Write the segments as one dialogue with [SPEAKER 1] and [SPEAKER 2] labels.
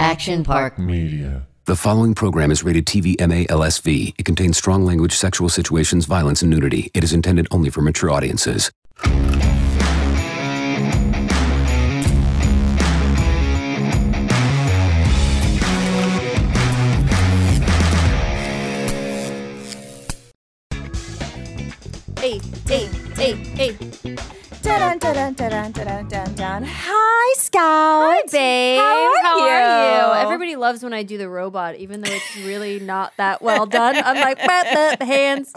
[SPEAKER 1] Action Park.
[SPEAKER 2] Media.
[SPEAKER 3] The following program is rated TV MALSV. It contains strong language, sexual situations, violence, and nudity. It is intended only for mature audiences.
[SPEAKER 4] Hey, hey, hey, hey.
[SPEAKER 5] Dun, dun, dun, dun, dun, dun, dun, dun. Hi, Scout.
[SPEAKER 4] Hi, babe.
[SPEAKER 5] How are you?
[SPEAKER 4] Everybody loves when I do the robot, even though it's really not that well done. I'm like, bah, bah, hands.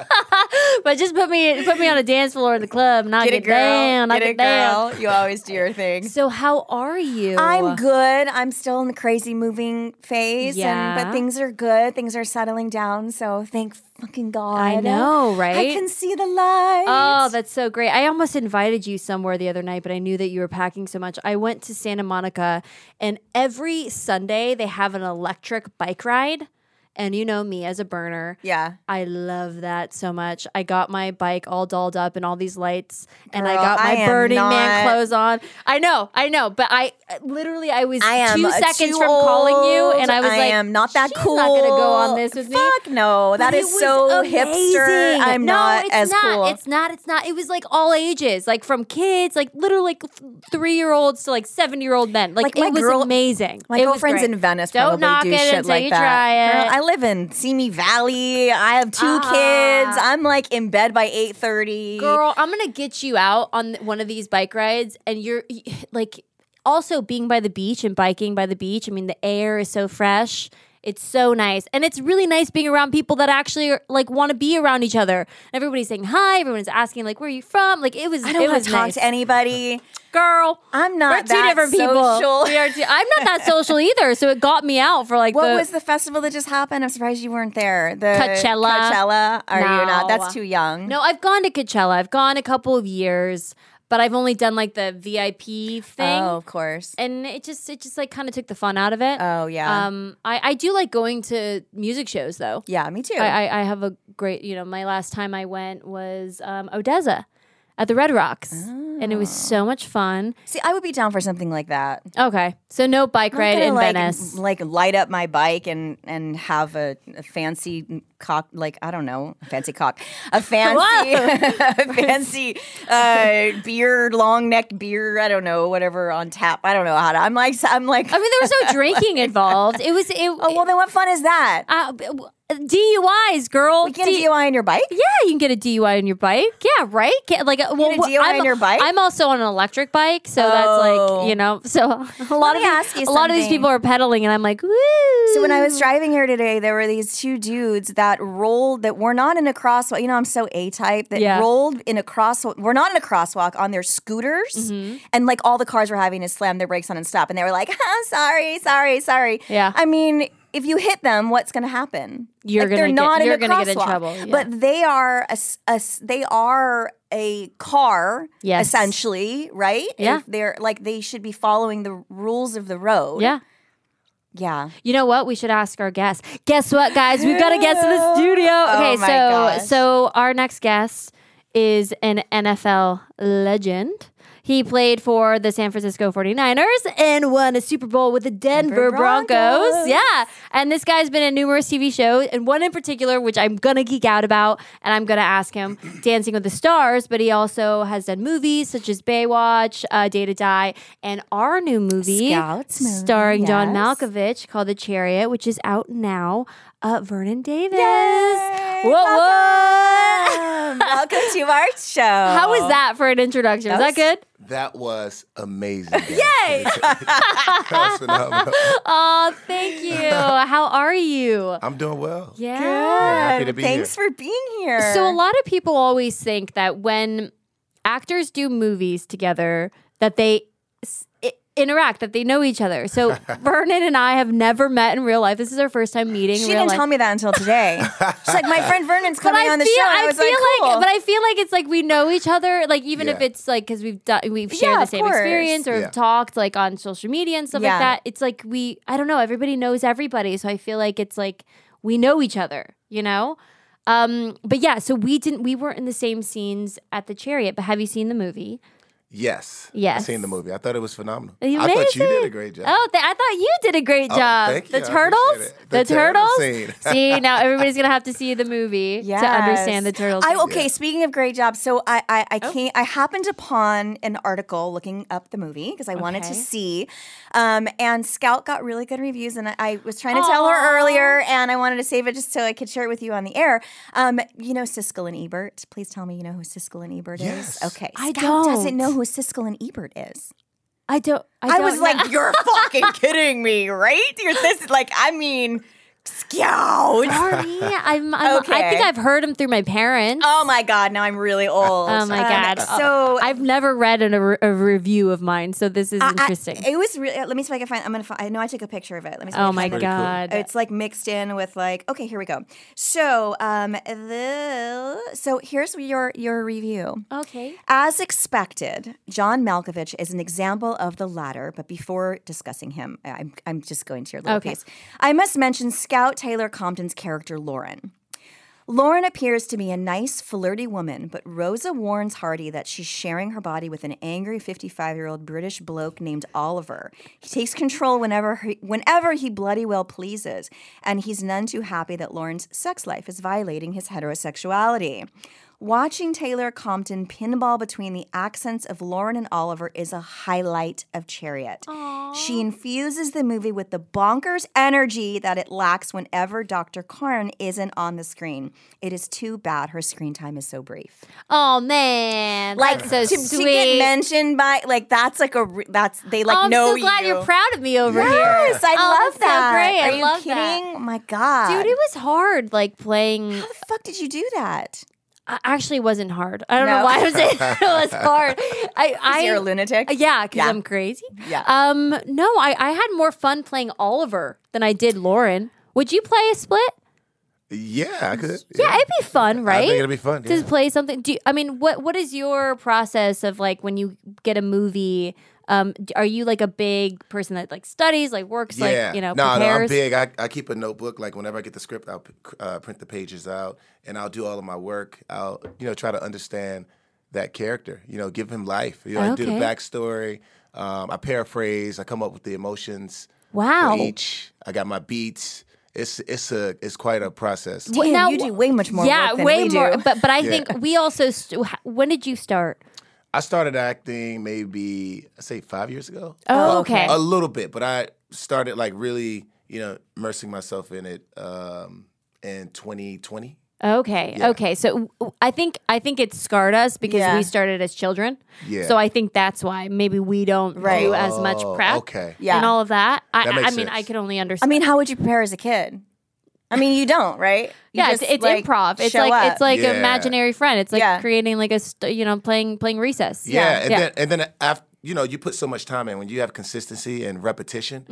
[SPEAKER 4] but just put me put me on a dance floor in the club, and I'll
[SPEAKER 5] Get
[SPEAKER 4] get,
[SPEAKER 5] it, girl.
[SPEAKER 4] down. I'll
[SPEAKER 5] Get it,
[SPEAKER 4] down.
[SPEAKER 5] girl. You always do your thing.
[SPEAKER 4] So how are you? Oh,
[SPEAKER 5] I'm good. I'm still in the crazy moving phase, and,
[SPEAKER 4] Yeah.
[SPEAKER 5] but things are good. Things are settling down. So thank fucking God.
[SPEAKER 4] I know, right?
[SPEAKER 5] I can see the light.
[SPEAKER 4] Oh, that's so great. I almost invited you somewhere the other night, but I knew that you were packing so much. I went to Santa Monica, and every Sunday they have an electric bike ride. And you know me as a burner.
[SPEAKER 5] yeah.
[SPEAKER 4] I love that so much. I got my bike all dolled up and all these lights, and I
[SPEAKER 5] Girl,
[SPEAKER 4] got
[SPEAKER 5] I
[SPEAKER 4] my
[SPEAKER 5] am
[SPEAKER 4] Burning Man
[SPEAKER 5] not-
[SPEAKER 4] clothes on. I know, I know, but I literally I was
[SPEAKER 5] I am
[SPEAKER 4] two
[SPEAKER 5] uh,
[SPEAKER 4] seconds
[SPEAKER 5] too
[SPEAKER 4] from calling you,
[SPEAKER 5] old.
[SPEAKER 4] and I was like,
[SPEAKER 5] am not that
[SPEAKER 4] She's
[SPEAKER 5] cool.
[SPEAKER 4] Not gonna go on this with
[SPEAKER 5] Fuck
[SPEAKER 4] me.
[SPEAKER 5] no, that
[SPEAKER 4] But
[SPEAKER 5] is
[SPEAKER 4] it was
[SPEAKER 5] so hipster.
[SPEAKER 4] amazing.
[SPEAKER 5] I'm
[SPEAKER 4] no,
[SPEAKER 5] not
[SPEAKER 4] it's
[SPEAKER 5] as
[SPEAKER 4] not.
[SPEAKER 5] cool.
[SPEAKER 4] It's not. It's not. It was like all ages, like from kids, like little like three year olds to like seven year old men. Like,
[SPEAKER 5] Like, my
[SPEAKER 4] it was
[SPEAKER 5] girl-
[SPEAKER 4] amazing.
[SPEAKER 5] My
[SPEAKER 4] It was
[SPEAKER 5] girlfriend's
[SPEAKER 4] great.
[SPEAKER 5] in Venice probably
[SPEAKER 4] Don't knock
[SPEAKER 5] do
[SPEAKER 4] it
[SPEAKER 5] shit
[SPEAKER 4] until
[SPEAKER 5] like
[SPEAKER 4] you
[SPEAKER 5] that.
[SPEAKER 4] try
[SPEAKER 5] Girl,
[SPEAKER 4] it.
[SPEAKER 5] I live in Simi Valley. I have two
[SPEAKER 4] Ah.
[SPEAKER 5] kids. I'm like in bed by 8:30.
[SPEAKER 4] Girl, I'm gonna get you out on one of these bike rides, and you're like, also being by the beach and biking by the beach. I mean, the air is so fresh. It's so nice, and it's really nice being around people that actually are, like want to be around each other. Everybody's saying hi. Everyone's asking like, "Where are you from?" Like it was.
[SPEAKER 5] I don't
[SPEAKER 4] it
[SPEAKER 5] want
[SPEAKER 4] was
[SPEAKER 5] to talk
[SPEAKER 4] nice.
[SPEAKER 5] to anybody.
[SPEAKER 4] girl.
[SPEAKER 5] I'm
[SPEAKER 4] We're
[SPEAKER 5] not
[SPEAKER 4] two
[SPEAKER 5] that
[SPEAKER 4] different people.
[SPEAKER 5] social.
[SPEAKER 4] We are two, I'm not that social either, so it got me out for like
[SPEAKER 5] What
[SPEAKER 4] the,
[SPEAKER 5] was the festival that just happened? I'm surprised you weren't there. The
[SPEAKER 4] Coachella.
[SPEAKER 5] Coachella. Are you not?
[SPEAKER 4] No.
[SPEAKER 5] That's too young.
[SPEAKER 4] No, I've gone to Coachella. I've gone a couple of years, but I've only done like the VIP thing.
[SPEAKER 5] Oh, of course.
[SPEAKER 4] and it just it just like kind of took the fun out of it.
[SPEAKER 5] Oh yeah.
[SPEAKER 4] Um, I I do like going to music shows though.
[SPEAKER 5] yeah, me too.
[SPEAKER 4] I, I I have a great you know my last time I went was um Odessa at the Red Rocks, and
[SPEAKER 5] Oh.
[SPEAKER 4] it was so much fun.
[SPEAKER 5] See, I would be down for something like that.
[SPEAKER 4] Okay, so no bike
[SPEAKER 5] I'm not
[SPEAKER 4] ride
[SPEAKER 5] gonna,
[SPEAKER 4] in
[SPEAKER 5] like,
[SPEAKER 4] Venice.
[SPEAKER 5] m- Like light up my bike and and have a, a fancy cock. Like I don't know, a fancy cock, a fancy, a fancy uh, beer, long neck beer. I don't know, whatever on tap. I don't know how to. I'm like I'm like.
[SPEAKER 4] I mean, there was no drinking involved. It was it.
[SPEAKER 5] oh well, then what fun is that?
[SPEAKER 4] uh, b- w- DUIs, girl.
[SPEAKER 5] We can't
[SPEAKER 4] D-
[SPEAKER 5] DUI on your bike.
[SPEAKER 4] Yeah, you can get a DUI on your bike. Yeah, right. Can't, like, uh, well,
[SPEAKER 5] get a DUI
[SPEAKER 4] I'm,
[SPEAKER 5] on your bike?
[SPEAKER 4] I'm also on an electric bike, so that's
[SPEAKER 5] Oh.
[SPEAKER 4] like you know. So a lot
[SPEAKER 5] me
[SPEAKER 4] of these-
[SPEAKER 5] ask you
[SPEAKER 4] a lot of these
[SPEAKER 5] something.
[SPEAKER 4] people are pedaling, and I'm like, woo.
[SPEAKER 5] So when I was driving here today, there were these two dudes that rolled that were not in a crosswalk. You know, I'm so A type that
[SPEAKER 4] Yeah.
[SPEAKER 5] rolled in a crosswalk. We're not in a crosswalk on their scooters,
[SPEAKER 4] Mm-hmm.
[SPEAKER 5] and like all the cars were having to slam their brakes on and stop, and they were like, "Huh, "Sorry, sorry, sorry."
[SPEAKER 4] Yeah.
[SPEAKER 5] I mean. If you hit them, what's going to happen?
[SPEAKER 4] You're
[SPEAKER 5] Like,
[SPEAKER 4] gonna
[SPEAKER 5] they're
[SPEAKER 4] get-
[SPEAKER 5] not
[SPEAKER 4] you're
[SPEAKER 5] in a
[SPEAKER 4] gonna get in
[SPEAKER 5] crosswalk.
[SPEAKER 4] trouble, yeah.
[SPEAKER 5] But they are a, s- a s- they are a car,
[SPEAKER 4] Yes.
[SPEAKER 5] essentially, right?
[SPEAKER 4] Yeah.
[SPEAKER 5] If they're like they should be following the rules of the road.
[SPEAKER 4] yeah.
[SPEAKER 5] yeah.
[SPEAKER 4] You know what? We should ask our guest. Guess what, guys? We've got a guest in the studio. Okay, so
[SPEAKER 5] Oh my gosh.
[SPEAKER 4] so our next guest is an NFL legend. He played for the San Francisco 49ers and won a Super Bowl with the Denver,
[SPEAKER 5] Denver
[SPEAKER 4] Broncos.
[SPEAKER 5] Broncos.
[SPEAKER 4] Yeah. And this guy's been in numerous TV shows, and one in particular, which I'm going to geek out about, and I'm going to ask him Dancing with the Stars, but he also has done movies such as Baywatch, uh, Day to Die, and our new movie,
[SPEAKER 5] Scouts movie,
[SPEAKER 4] starring John
[SPEAKER 5] yes.
[SPEAKER 4] Malkovich. Malkovich called The Chariot, which is out now. Uh, Vernon Davis.
[SPEAKER 5] Yay!
[SPEAKER 4] Whoa, whoa.
[SPEAKER 5] Welcome. Welcome to our show.
[SPEAKER 4] How was that for an introduction? Is that
[SPEAKER 5] That
[SPEAKER 4] good?
[SPEAKER 2] That was amazing. Yay!
[SPEAKER 4] Oh, thank you. How are you?
[SPEAKER 2] I'm doing well.
[SPEAKER 4] Yeah.
[SPEAKER 2] Happy to be
[SPEAKER 5] Thanks
[SPEAKER 2] here.
[SPEAKER 5] for being here.
[SPEAKER 4] So, a lot of people always think that when actors do movies together, that they. s- It, interact, that they know each other. So Vernon and I have never met in real life. This is our first time meeting.
[SPEAKER 5] She
[SPEAKER 4] in real
[SPEAKER 5] didn't
[SPEAKER 4] life.
[SPEAKER 5] tell me that until today. She's like, my friend Vernon's
[SPEAKER 4] But
[SPEAKER 5] coming
[SPEAKER 4] I
[SPEAKER 5] on the
[SPEAKER 4] feel,
[SPEAKER 5] show. And
[SPEAKER 4] I,
[SPEAKER 5] I was
[SPEAKER 4] feel
[SPEAKER 5] like,
[SPEAKER 4] like,
[SPEAKER 5] cool.
[SPEAKER 4] but I feel like it's like we know each other. Like even if
[SPEAKER 2] Yeah.
[SPEAKER 4] it's like because we've done, we've shared
[SPEAKER 5] Yeah,
[SPEAKER 4] the
[SPEAKER 5] of
[SPEAKER 4] same
[SPEAKER 5] course.
[SPEAKER 4] experience or
[SPEAKER 2] Yeah.
[SPEAKER 4] talked like on social media and stuff
[SPEAKER 5] Yeah.
[SPEAKER 4] like that. It's like we, I don't know. Everybody knows everybody, so I feel like it's like we know each other. You know. Um, but yeah, so we didn't, we weren't in the same scenes at the chariot. But have you seen the movie?
[SPEAKER 2] Yes.
[SPEAKER 4] Yes.
[SPEAKER 2] I seen the movie. I thought it was phenomenal.
[SPEAKER 4] Amazing.
[SPEAKER 2] I thought you did a great job.
[SPEAKER 4] Oh, th- I thought you did a great
[SPEAKER 2] Oh,
[SPEAKER 4] job.
[SPEAKER 2] thank
[SPEAKER 4] the
[SPEAKER 2] you. I
[SPEAKER 4] turtles,
[SPEAKER 2] appreciate it.
[SPEAKER 4] the,
[SPEAKER 2] The
[SPEAKER 4] turtles.
[SPEAKER 2] turtle scene.
[SPEAKER 4] see, now everybody's gonna have to see the movie to understand the
[SPEAKER 5] Yes.
[SPEAKER 4] turtles. Oh.
[SPEAKER 5] I, okay, speaking of great jobs, so I I, I came I happened upon an article looking up the movie because I wanted to
[SPEAKER 4] Okay.
[SPEAKER 5] see, um, and Scout got really good reviews, and I, I was trying to tell her earlier, and I wanted to save it just so I could share it with you on the air. Um, you know Siskel and Ebert. Please tell me you know who Siskel and Ebert
[SPEAKER 2] Yes.
[SPEAKER 5] is. Okay,
[SPEAKER 4] I
[SPEAKER 5] Scout
[SPEAKER 4] don't.
[SPEAKER 5] doesn't know who Siskel and Ebert is.
[SPEAKER 4] I don't. I,
[SPEAKER 5] I,
[SPEAKER 4] don't
[SPEAKER 5] was
[SPEAKER 4] know.
[SPEAKER 5] like, you're fucking kidding me, right? You're this like I mean, Scout.
[SPEAKER 4] Sorry, I'm, I'm, I
[SPEAKER 5] Okay.
[SPEAKER 4] think I've heard them through my parents.
[SPEAKER 5] Oh my god, now I'm really old.
[SPEAKER 4] Oh my
[SPEAKER 5] Um,
[SPEAKER 4] god! Uh, Oh,
[SPEAKER 5] So
[SPEAKER 4] I've never read an, a, re- a review of mine, so this is
[SPEAKER 5] I- I-
[SPEAKER 4] interesting.
[SPEAKER 5] it was really. Let me see if I can find. I'm gonna. Find, I know I took a picture of it. Let me. See if I
[SPEAKER 4] oh
[SPEAKER 5] can
[SPEAKER 4] my
[SPEAKER 5] find it.
[SPEAKER 4] god!
[SPEAKER 5] It's like mixed in with like. Okay, here we go. So um, the so here's your your review.
[SPEAKER 4] okay.
[SPEAKER 5] As expected, John Malkovich is an example of the latter, but before discussing him, I'm, I'm just going to your little
[SPEAKER 4] Okay.
[SPEAKER 5] piece. I must mention Scout Taylor Compton's character, Lauren. Lauren appears to be a nice, flirty woman, but Rosa warns Hardy that she's sharing her body with an angry 55 year old British bloke named Oliver. He takes control whenever he, whenever he bloody well pleases, and he's none too happy that Lauren's sex life is violating his heterosexuality. Watching Taylor Compton pinball between the accents of Lauren and Oliver is a highlight of Chariot. She infuses the movie with the bonkers energy that it lacks whenever Dr. Karn isn't on the screen. It is too bad her screen time is so brief.
[SPEAKER 4] Oh man, like so
[SPEAKER 5] to,
[SPEAKER 4] sweet.
[SPEAKER 5] to get mentioned by like that's like a re- that's they like
[SPEAKER 4] oh, I'm
[SPEAKER 5] know
[SPEAKER 4] so glad
[SPEAKER 5] you.
[SPEAKER 4] are proud of me over here.
[SPEAKER 5] Yes, I
[SPEAKER 4] Oh,
[SPEAKER 5] love
[SPEAKER 4] that's so
[SPEAKER 5] that.
[SPEAKER 4] great. I
[SPEAKER 5] Are you
[SPEAKER 4] love
[SPEAKER 5] kidding?
[SPEAKER 4] that.
[SPEAKER 5] My God,
[SPEAKER 4] Dude, it was hard. Like playing,
[SPEAKER 5] how the fuck did you do that?
[SPEAKER 4] I- actually, it wasn't hard. I don't know
[SPEAKER 5] No.
[SPEAKER 4] why I was saying it was hard. I, I
[SPEAKER 5] You're a lunatic.
[SPEAKER 4] Yeah, because
[SPEAKER 5] Yeah.
[SPEAKER 4] I'm crazy.
[SPEAKER 5] Yeah.
[SPEAKER 4] Um. No, I, I had more fun playing Oliver than I did Lauren. Would you play a split?
[SPEAKER 2] yeah, I could.
[SPEAKER 4] Yeah, it'd be fun, right?
[SPEAKER 2] I think it'd be fun.
[SPEAKER 4] to
[SPEAKER 2] yeah.
[SPEAKER 4] play something. Do you, I mean what what is your process of like when you get a movie? Um, d- are you like a big person that like studies, like works, like you know,
[SPEAKER 2] no, no, I'm
[SPEAKER 4] prepares?
[SPEAKER 2] big. I, I keep a notebook. Like whenever I get the script, I'll uh, print the pages out, and I'll do all of my work. I'll you know try to understand that character. You know, give him life. You know, I do the
[SPEAKER 4] Okay.
[SPEAKER 2] backstory. Um, I paraphrase. I come up with the emotions.
[SPEAKER 4] Wow.
[SPEAKER 2] For each, I got my beats. It's it's a it's quite a process.
[SPEAKER 4] What-
[SPEAKER 5] Damn,
[SPEAKER 4] now-
[SPEAKER 5] you do way much more.
[SPEAKER 4] yeah,
[SPEAKER 5] work than
[SPEAKER 4] way
[SPEAKER 5] we
[SPEAKER 4] more.
[SPEAKER 5] Do.
[SPEAKER 4] But but I think we also. St- h- when did you start?
[SPEAKER 2] I started acting maybe I say five years ago.
[SPEAKER 4] Oh, okay.
[SPEAKER 2] A little bit, but I started like really, you know, immersing myself in it um, in 2020.
[SPEAKER 4] Okay. Okay. So w- w- I think I think it scarred us because
[SPEAKER 5] Yeah.
[SPEAKER 4] we started as children.
[SPEAKER 2] Yeah.
[SPEAKER 4] So I think that's why maybe we don't do as much
[SPEAKER 2] Oh,
[SPEAKER 4] prep.
[SPEAKER 2] okay.
[SPEAKER 5] Yeah.
[SPEAKER 4] And all of that. I,
[SPEAKER 2] That
[SPEAKER 4] I- I
[SPEAKER 2] makes
[SPEAKER 4] mean, I
[SPEAKER 2] sense.
[SPEAKER 4] can only
[SPEAKER 5] I
[SPEAKER 4] understand.
[SPEAKER 5] mean, how would you prepare as a kid? I mean, you don't, right? You
[SPEAKER 4] yeah, it's,
[SPEAKER 5] just,
[SPEAKER 4] it's
[SPEAKER 5] like,
[SPEAKER 4] improv. It's
[SPEAKER 5] show
[SPEAKER 4] like
[SPEAKER 5] up.
[SPEAKER 4] it's like
[SPEAKER 2] Yeah.
[SPEAKER 4] an imaginary friend. It's like
[SPEAKER 5] Yeah.
[SPEAKER 4] creating like a st- you know playing playing recess.
[SPEAKER 2] Yeah, and then and then after you know you put so much time in when you have consistency and repetition,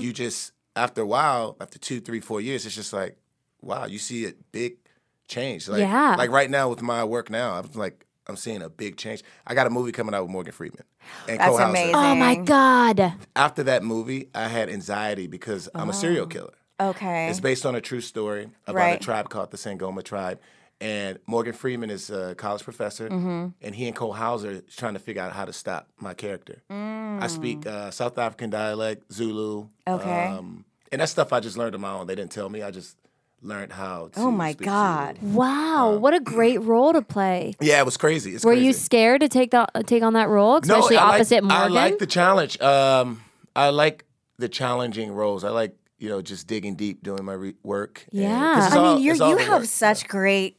[SPEAKER 2] you just after a while, after two, three, four years, it's just like wow, you see a big change. Like,
[SPEAKER 4] Yeah.
[SPEAKER 2] like right now with my work now, I'm like I'm seeing a big change. I got a movie coming out with Morgan Freeman and
[SPEAKER 5] That's
[SPEAKER 2] Cole Hauser.
[SPEAKER 5] amazing.
[SPEAKER 4] Oh my god.
[SPEAKER 2] After that movie, I had anxiety because I'm a serial killer.
[SPEAKER 5] okay.
[SPEAKER 2] It's based on a true story about
[SPEAKER 5] Right.
[SPEAKER 2] a tribe called the Sangoma tribe. And Morgan Freeman is a college professor,
[SPEAKER 5] Mm-hmm.
[SPEAKER 2] and he and Cole Hauser is trying to figure out how to stop my character. I speak uh, South African dialect, Zulu.
[SPEAKER 5] Mm. Okay.
[SPEAKER 2] Um, and that's stuff I just learned on my own. They didn't tell me. I just learned how to.
[SPEAKER 5] Oh my
[SPEAKER 2] speak
[SPEAKER 5] God.
[SPEAKER 2] Zulu.
[SPEAKER 4] Wow, what a great role to play.
[SPEAKER 2] Yeah, it was crazy. It's
[SPEAKER 4] Were
[SPEAKER 2] crazy.
[SPEAKER 4] you scared to take the take on that role, especially
[SPEAKER 2] I like-
[SPEAKER 4] opposite Morgan?
[SPEAKER 2] I like the challenge. Um, I like the challenging roles. I like you know just digging deep, doing my re- work. and- 'cause it's
[SPEAKER 4] Yeah.
[SPEAKER 5] I
[SPEAKER 2] all-
[SPEAKER 5] mean, you're,
[SPEAKER 2] it's all
[SPEAKER 5] you
[SPEAKER 2] the
[SPEAKER 5] have
[SPEAKER 2] work.
[SPEAKER 5] such great,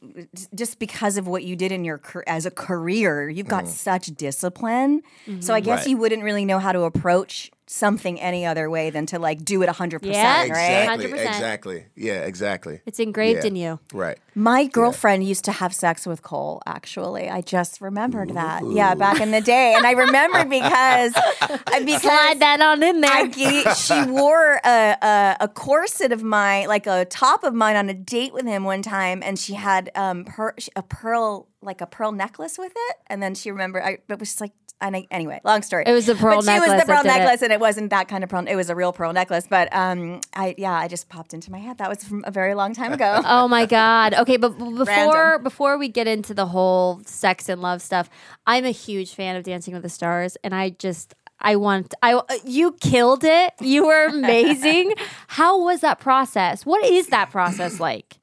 [SPEAKER 5] just because of what you did in your car- as a career, you've got such discipline. So I guess
[SPEAKER 2] Mm-hmm.
[SPEAKER 4] Mm-hmm.
[SPEAKER 2] Right.
[SPEAKER 5] you wouldn't really know how to approach something any other way than to like do it 100%,
[SPEAKER 4] Yeah.
[SPEAKER 5] right?
[SPEAKER 2] Exactly.
[SPEAKER 4] 100%.
[SPEAKER 2] Exactly. Yeah. Exactly.
[SPEAKER 4] It's engraved
[SPEAKER 2] Yeah.
[SPEAKER 4] in you.
[SPEAKER 2] Right.
[SPEAKER 5] My girlfriend used to have sex with Cole, actually. I just remembered that. Yeah, back in the day. And I remembered because, uh, because
[SPEAKER 4] Slide that on in there.
[SPEAKER 5] I ge- she wore a, a, a corset of mine, like a top of mine, on a date with him one time, and she had um per- a pearl, like a pearl necklace with it. And then she remembered, I but was just like, and I, anyway, long story.
[SPEAKER 4] It was the pearl
[SPEAKER 5] but She was
[SPEAKER 4] necklace
[SPEAKER 5] the pearl
[SPEAKER 4] that did it.
[SPEAKER 5] necklace, and it wasn't that kind of pearl. It was a real pearl necklace. But um, I yeah, I just popped into my head. That was from a very long time ago.
[SPEAKER 4] Oh my god. Okay, but b- before
[SPEAKER 5] Random.
[SPEAKER 4] before we get into the whole sex and love stuff, I'm a huge fan of Dancing with the Stars, and I just I want I uh, you killed it. You were amazing. How was that process? What is that process like?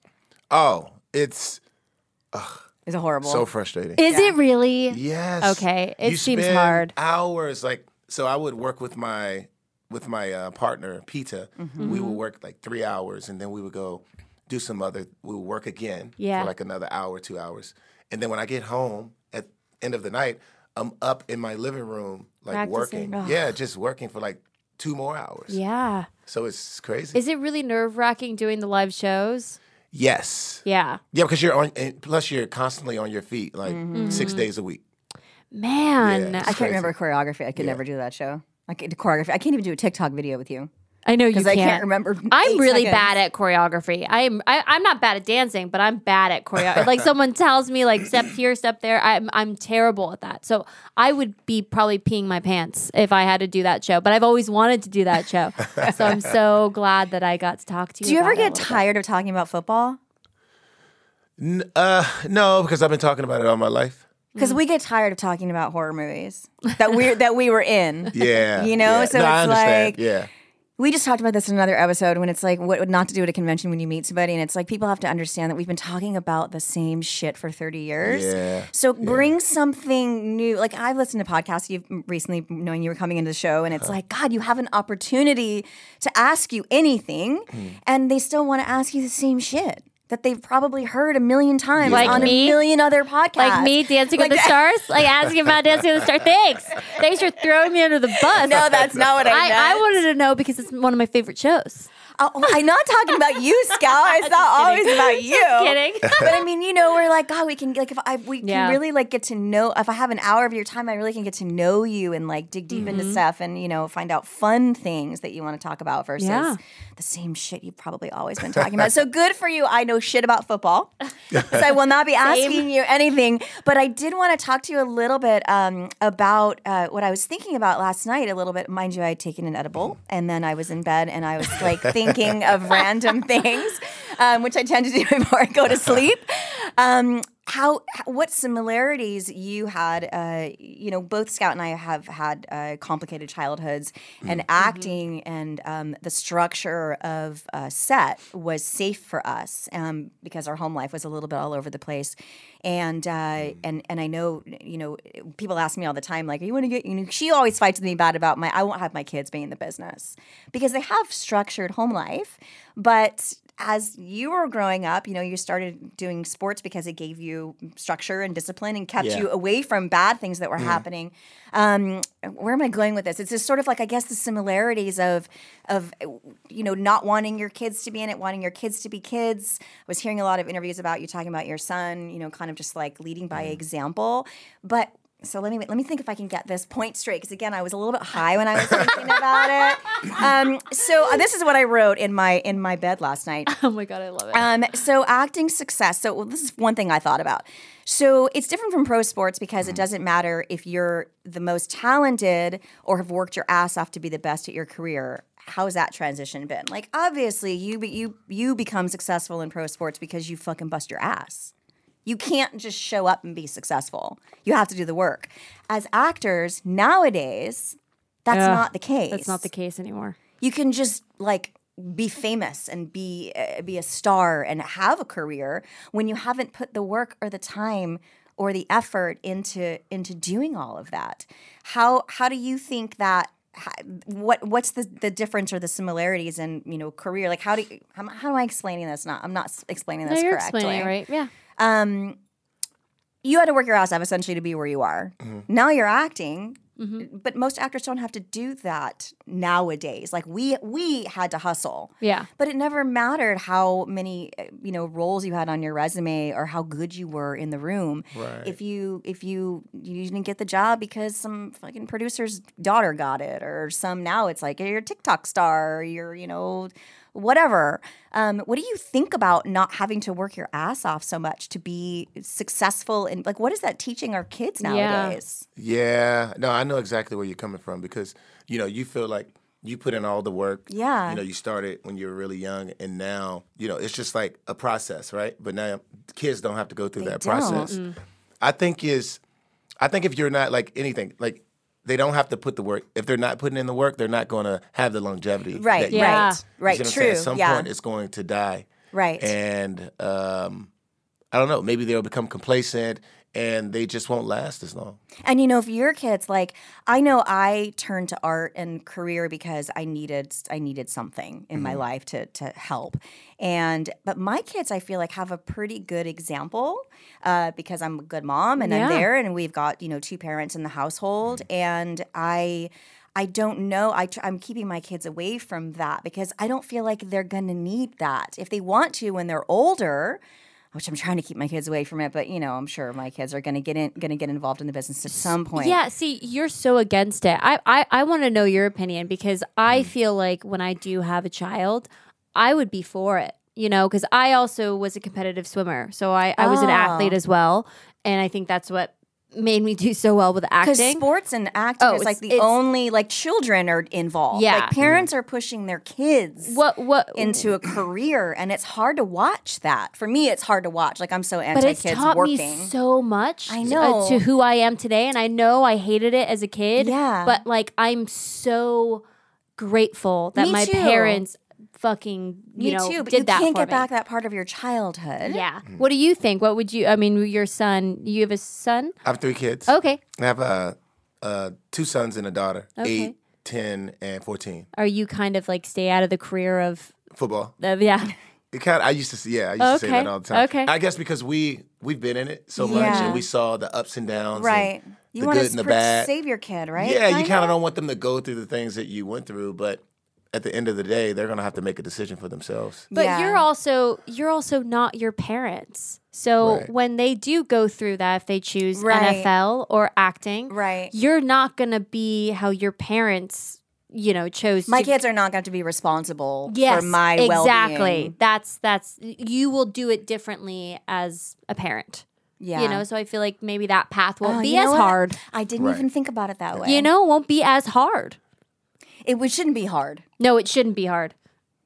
[SPEAKER 2] Oh, it's
[SPEAKER 5] It's horrible.
[SPEAKER 2] so frustrating.
[SPEAKER 4] Is it really?
[SPEAKER 2] Yes.
[SPEAKER 4] Okay, it
[SPEAKER 2] You
[SPEAKER 4] seems
[SPEAKER 2] spend
[SPEAKER 4] hard.
[SPEAKER 2] Hours, like so. I would work with my with my uh, partner Pita.
[SPEAKER 4] Mm-hmm.
[SPEAKER 2] We would work like three hours, and then we would go do some other. We would work again
[SPEAKER 4] Yeah.
[SPEAKER 2] for like another hour, two hours, and then when I get home at end of the night, I'm up in my living room like
[SPEAKER 4] Practicing.
[SPEAKER 2] working. Yeah, just working for like two more hours.
[SPEAKER 4] Yeah.
[SPEAKER 2] So it's crazy.
[SPEAKER 4] Is it really nerve wracking doing the live shows?
[SPEAKER 2] yes.
[SPEAKER 4] Yeah.
[SPEAKER 2] Yeah, because you're on. And plus, you're constantly on your feet, like
[SPEAKER 5] Mm-hmm.
[SPEAKER 2] six days a week.
[SPEAKER 4] Man.
[SPEAKER 2] Yeah.
[SPEAKER 5] I can't remember choreography. I could never do that show. I could choreography. I can't even do a TikTok video with you
[SPEAKER 4] I know you
[SPEAKER 5] because
[SPEAKER 4] can't.
[SPEAKER 5] I can't remember.
[SPEAKER 4] I'm
[SPEAKER 5] eight
[SPEAKER 4] really
[SPEAKER 5] seconds.
[SPEAKER 4] bad at choreography. I'm I, I'm not bad at dancing, but I'm bad at choreography. like someone tells me like step here, step there. I'm I'm terrible at that. So I would be probably peeing my pants if I had to do that show. But I've always wanted to do that show. so I'm so glad that I got to talk to you.
[SPEAKER 5] Do you ever
[SPEAKER 4] about it a
[SPEAKER 5] get
[SPEAKER 4] little bit.
[SPEAKER 5] tired of talking about football?
[SPEAKER 2] N- uh, no, because I've been talking about it all my life.
[SPEAKER 4] Mm-hmm.
[SPEAKER 5] Because we get tired of talking about horror movies that we that we were in.
[SPEAKER 2] Yeah.
[SPEAKER 5] You know,
[SPEAKER 2] yeah.
[SPEAKER 5] so
[SPEAKER 2] No, I
[SPEAKER 5] it's
[SPEAKER 2] understand.
[SPEAKER 5] like-
[SPEAKER 2] yeah.
[SPEAKER 5] We just talked about this in another episode when it's like what not to do at a convention when you meet somebody, and it's like people have to understand that we've been talking about the same shit for thirty years.
[SPEAKER 2] Yeah,
[SPEAKER 5] So bring something new. Like I've listened to podcasts you've recently knowing you were coming into the show, and it's
[SPEAKER 2] Uh-huh.
[SPEAKER 5] like God, you have an opportunity to ask you anything,
[SPEAKER 2] Hmm.
[SPEAKER 5] and they still want to ask you the same shit. That they've probably heard a million times
[SPEAKER 4] Like
[SPEAKER 5] on
[SPEAKER 4] me?
[SPEAKER 5] a million other podcasts.
[SPEAKER 4] like me dancing with the stars? Like asking about dancing with the stars. Thanks. Thanks for throwing me under the bus.
[SPEAKER 5] No, that's not what I meant.
[SPEAKER 4] I, I wanted to know because it's one of my favorite shows.
[SPEAKER 5] Oh, I'm not talking about you, Scout. It's not always about you.
[SPEAKER 4] Just kidding.
[SPEAKER 5] But I mean, you know, we're like, God, we can like if I we
[SPEAKER 4] Yeah.
[SPEAKER 5] can really like get to know. If I have an hour of your time, I really can get to know you and like dig deep
[SPEAKER 4] Mm-hmm.
[SPEAKER 5] into stuff and you know find out fun things that you want to talk about versus
[SPEAKER 4] Yeah.
[SPEAKER 5] the same shit you've probably always been talking about. so good for you. I know shit about football, so I will not be asking you anything. But I did want to talk to you a little bit um, about uh, what I was thinking about last night. A little bit, mind you, I had taken an edible and then I was in bed and I was like thinking of random things, um, which I tend to do before I go to sleep. Um, how h- what similarities you had uh, you know both scout and i have had uh, complicated childhoods and acting and um, the structure of a set was safe for us um, because our home life was a little bit all over the place and uh, and and i know you know people ask me all the time like you want to get you know she always fights with me bad about my i won't have my kids being in the business because they have structured home life but as you were growing up, you know, you started doing sports because it gave you structure and discipline and kept you away from bad things that were happening. Um, where am I going with this? It's just sort of like I guess the similarities of of you know not wanting your kids to be in it, wanting your kids to be kids. I was hearing a lot of interviews about you talking about your son, you know, kind of just like leading by example, but. So let me let me think if I can get this point straight because again I was a little bit high when I was thinking about it. Um, so this is what I wrote in my in my bed last night.
[SPEAKER 4] Oh my god, I love it.
[SPEAKER 5] Um, so acting success. So well, this is one thing I thought about. So it's different from pro sports because it doesn't matter if you're the most talented or have worked your ass off to be the best at your career. How's that transition been? Like obviously you be- you you become successful in pro sports because you fucking bust your ass. You can't just show up and be successful. You have to do the work. As actors nowadays, that's
[SPEAKER 4] Yeah,
[SPEAKER 5] not the case
[SPEAKER 4] That's not the case anymore.
[SPEAKER 5] you can just like be famous and be uh, be a star and have a career when you haven't put the work or the time or the effort into into doing all of that how how do you think that how, what what's the, the difference or the similarities in you know career like how do you how, am- how am I explaining this not I'm not s- explaining
[SPEAKER 4] No,
[SPEAKER 5] this
[SPEAKER 4] you're
[SPEAKER 5] correctly
[SPEAKER 4] explaining it right. Yeah.
[SPEAKER 5] um, you had to work your ass off essentially to be where you are. Now you're acting. But most actors don't have to do that nowadays. Like we we had to hustle.
[SPEAKER 4] Yeah.
[SPEAKER 5] But it never mattered how many uh, you know roles you had on your resume or how good you were in the room.
[SPEAKER 2] Right.
[SPEAKER 5] If you if you you didn't get the job because some fucking producer's daughter got it or some now it's like you're a TikTok star, or you're you know whatever. Um, what do you think about not having to work your ass off so much to be successful and like what is that teaching our kids nowadays?
[SPEAKER 2] Yeah, no, I know exactly where you're coming from because you know you feel like you put in all the work.
[SPEAKER 5] Yeah.
[SPEAKER 2] you know you started when you were really young, and now you know it's just like a process, right? But now kids don't have to go through that process.
[SPEAKER 5] Mm.
[SPEAKER 2] I think is, I think if you're not like anything like. They don't have to put the work. If they're not putting in the work, they're not going to have the longevity.
[SPEAKER 5] Right,
[SPEAKER 2] that you
[SPEAKER 4] Yeah.
[SPEAKER 2] want. You
[SPEAKER 5] right,
[SPEAKER 2] see what I'm
[SPEAKER 5] true,
[SPEAKER 2] saying? At some
[SPEAKER 5] yeah.
[SPEAKER 2] point, it's going to die.
[SPEAKER 5] Right.
[SPEAKER 2] And um, I don't know. Maybe they'll become complacent, and they just won't last as long.
[SPEAKER 5] And you know, if your kids like, I know I turned to art and career because I needed I needed something in my life to to help. And but my kids, I feel like have a pretty good example uh, because I'm a good mom and I'm
[SPEAKER 4] Yeah.
[SPEAKER 5] there, and we've got you know two parents in the household,
[SPEAKER 4] Mm.
[SPEAKER 5] and I. I don't know. I tr- I'm keeping my kids away from that because I don't feel like they're going to need that. If they want to when they're older, which I'm trying to keep my kids away from it, but you know, I'm sure my kids are going to get in, going to get involved in the business at some point.
[SPEAKER 4] Yeah, see, you're so against it. I I, I want to know your opinion because
[SPEAKER 5] Mm.
[SPEAKER 4] I feel like when I do have a child, I would be for it. You know, because I also was a competitive swimmer, so I I was an
[SPEAKER 5] Oh.
[SPEAKER 4] athlete as well, and I think that's what made me do so well with
[SPEAKER 5] Because
[SPEAKER 4] acting.
[SPEAKER 5] sports and acting
[SPEAKER 4] Oh,
[SPEAKER 5] is like
[SPEAKER 4] it's-
[SPEAKER 5] the
[SPEAKER 4] it's-
[SPEAKER 5] only like children are involved.
[SPEAKER 4] Yeah. Mm-hmm.
[SPEAKER 5] like parents are pushing their kids
[SPEAKER 4] what what
[SPEAKER 5] into a career, and it's hard to watch that. For me, it's hard to watch. Like I'm so
[SPEAKER 4] but
[SPEAKER 5] anti
[SPEAKER 4] it's
[SPEAKER 5] kids
[SPEAKER 4] taught
[SPEAKER 5] working.
[SPEAKER 4] me so much
[SPEAKER 5] I
[SPEAKER 4] uh,
[SPEAKER 5] know.
[SPEAKER 4] to who i am today and i know i hated it as a kid
[SPEAKER 5] Yeah.
[SPEAKER 4] but like i'm so grateful that
[SPEAKER 5] Me
[SPEAKER 4] my
[SPEAKER 5] too.
[SPEAKER 4] parents fucking you
[SPEAKER 5] me
[SPEAKER 4] know
[SPEAKER 5] too, but
[SPEAKER 4] did
[SPEAKER 5] you
[SPEAKER 4] that
[SPEAKER 5] can't
[SPEAKER 4] for
[SPEAKER 5] get
[SPEAKER 4] me.
[SPEAKER 5] back that part of your childhood.
[SPEAKER 4] yeah what do you think what would you i mean your son you have a son
[SPEAKER 2] I have three kids.
[SPEAKER 4] okay
[SPEAKER 2] I have uh, uh, two sons and a daughter,
[SPEAKER 4] Okay.
[SPEAKER 2] eight, 10, and 14.
[SPEAKER 4] are you kind of like stay out of the career of,
[SPEAKER 2] Football.
[SPEAKER 4] of yeah
[SPEAKER 2] It kind of, I used to see, yeah, I used to say
[SPEAKER 4] Okay,
[SPEAKER 2] that all the time.
[SPEAKER 4] okay.
[SPEAKER 2] I guess because we, we've been in it so much
[SPEAKER 5] Yeah.
[SPEAKER 2] and we saw the ups and downs. and
[SPEAKER 5] right.
[SPEAKER 2] the
[SPEAKER 5] You want
[SPEAKER 2] good and the
[SPEAKER 5] to
[SPEAKER 2] bad.
[SPEAKER 5] save your kid, right?
[SPEAKER 2] Yeah, you
[SPEAKER 5] Kinda?
[SPEAKER 2] kind of don't want them to go through the things that you went through, but at the end of the day, they're going to have to make a decision for themselves.
[SPEAKER 4] But
[SPEAKER 5] Yeah.
[SPEAKER 4] you're also you're also not your parents. So
[SPEAKER 2] Right.
[SPEAKER 4] when they do go through that, if they choose
[SPEAKER 5] Right.
[SPEAKER 4] NFL or acting,
[SPEAKER 5] Right.
[SPEAKER 4] you're not gonna be how your parents, you know, chose.
[SPEAKER 5] My
[SPEAKER 4] to
[SPEAKER 5] kids are not going to be responsible
[SPEAKER 4] yes,
[SPEAKER 5] for my
[SPEAKER 4] exactly.
[SPEAKER 5] well-being.
[SPEAKER 4] That's that's you will do it differently as a parent.
[SPEAKER 5] Yeah.
[SPEAKER 4] You know, so I feel like maybe that path won't
[SPEAKER 5] Oh,
[SPEAKER 4] be
[SPEAKER 5] you know
[SPEAKER 4] as
[SPEAKER 5] what?
[SPEAKER 4] hard.
[SPEAKER 5] I didn't
[SPEAKER 2] Right.
[SPEAKER 5] even think about it that way.
[SPEAKER 4] You know, it won't be as hard.
[SPEAKER 5] it w- shouldn't be hard.
[SPEAKER 4] No, it shouldn't be hard.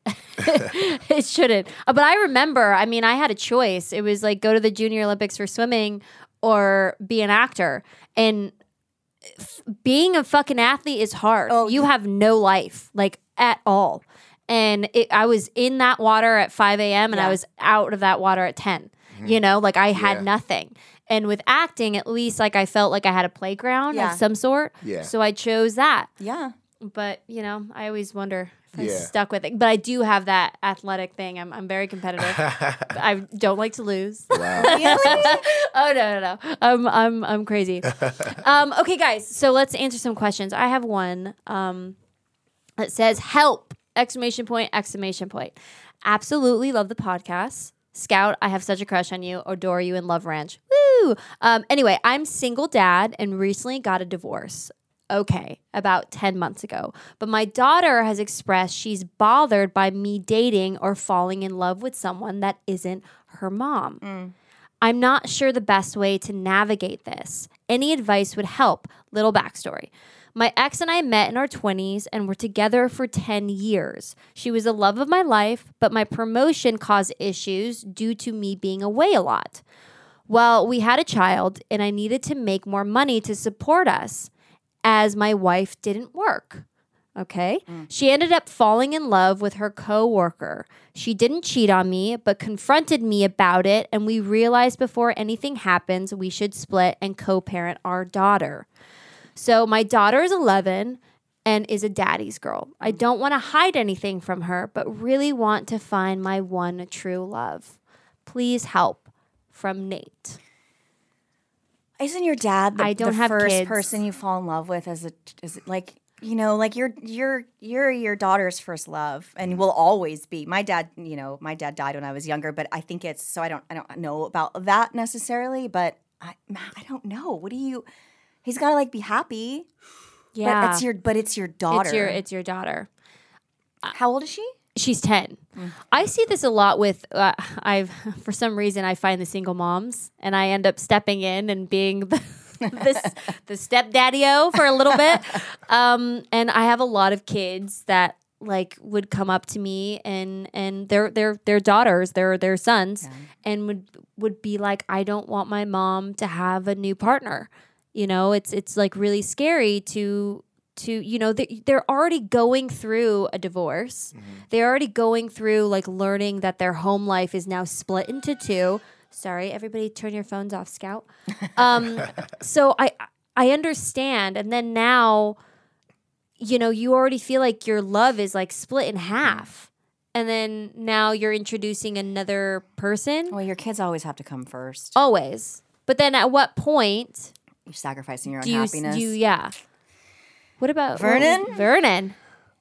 [SPEAKER 4] it shouldn't. Uh, But I remember, I mean, I had a choice. It was like go to the Junior Olympics for swimming or be an actor. And f- being a fucking athlete is hard.
[SPEAKER 5] Oh,
[SPEAKER 4] you have no life, like at all. And it, I was in that water at 5 a.m. and I
[SPEAKER 5] Yeah.
[SPEAKER 4] was out of that water at 10. You know, like I had
[SPEAKER 2] Yeah.
[SPEAKER 4] nothing. And with acting, at least like I felt like I had a playground
[SPEAKER 5] Yeah.
[SPEAKER 4] of some sort.
[SPEAKER 2] Yeah.
[SPEAKER 4] So I chose that
[SPEAKER 5] Yeah.
[SPEAKER 4] but you know, I always wonder if I
[SPEAKER 2] Yeah.
[SPEAKER 4] stuck with it. But I do have that athletic thing. I'm, I'm very competitive. I don't like to lose.
[SPEAKER 2] Wow.
[SPEAKER 4] oh no, no, no. I'm I'm I'm crazy. um, okay, guys. So let's answer some questions. I have one um, that says help exclamation point exclamation point. Absolutely love the podcast. Scout, I have such a crush on you. Adore you in Love Ranch. Woo! Um, anyway, I'm single dad and recently got a divorce. Okay, about 10 months ago. But my daughter has expressed she's bothered by me dating or falling in love with someone that isn't her mom. I'm not sure the best way to navigate this. Any advice would help. Little backstory. My ex and I met in our 20s and were together for 10 years. She was the love of my life, but my promotion caused issues due to me being away a lot. Well, we had a child and I needed to make more money to support us as my wife didn't work. Okay.
[SPEAKER 5] Mm.
[SPEAKER 4] She ended up falling in love with her coworker. She didn't cheat on me, but confronted me about it, and we realized before anything happens, we should split and co-parent our daughter. So my daughter is 11 and is a daddy's girl. I
[SPEAKER 5] Mm.
[SPEAKER 4] don't want to hide anything from her, but really want to find my one true love. Please help from Nate.
[SPEAKER 5] Isn't your dad the,
[SPEAKER 4] I don't
[SPEAKER 5] the
[SPEAKER 4] have
[SPEAKER 5] first
[SPEAKER 4] kids.
[SPEAKER 5] person you fall in love with as a as like you know like you're you're you're your daughter's first love and will always be. My dad, you know, my dad died when I was younger, but I think it's so I don't I don't know about that necessarily, but I I don't know. What do you? He's got to like be happy.
[SPEAKER 4] Yeah.
[SPEAKER 5] But it's your but it's your daughter.
[SPEAKER 4] It's your uh, it's your daughter.
[SPEAKER 5] How old is she?
[SPEAKER 4] She's 10. I see this a lot with uh, I've for some reason I find the single moms and I end up stepping in and being the this the stepdaddy-o for a little bit. Um, and I have a lot of kids that like would come up to me and and their their their daughters, their their sons and would would be like I don't want my mom to have a new partner. You know, it's it's like really scary to to you know they, they're already going through a divorce they're already going through like learning that their home life is now split into two sorry everybody turn your phones off scout um, so i i understand and then now you know you already feel like your love is like split in half and then now you're introducing another person
[SPEAKER 5] Well, your kids always have to come first.
[SPEAKER 4] always but then at what point
[SPEAKER 5] You're sacrificing your own
[SPEAKER 4] do you,
[SPEAKER 5] happiness.
[SPEAKER 4] do you yeah what about
[SPEAKER 5] Vernon?
[SPEAKER 4] vernon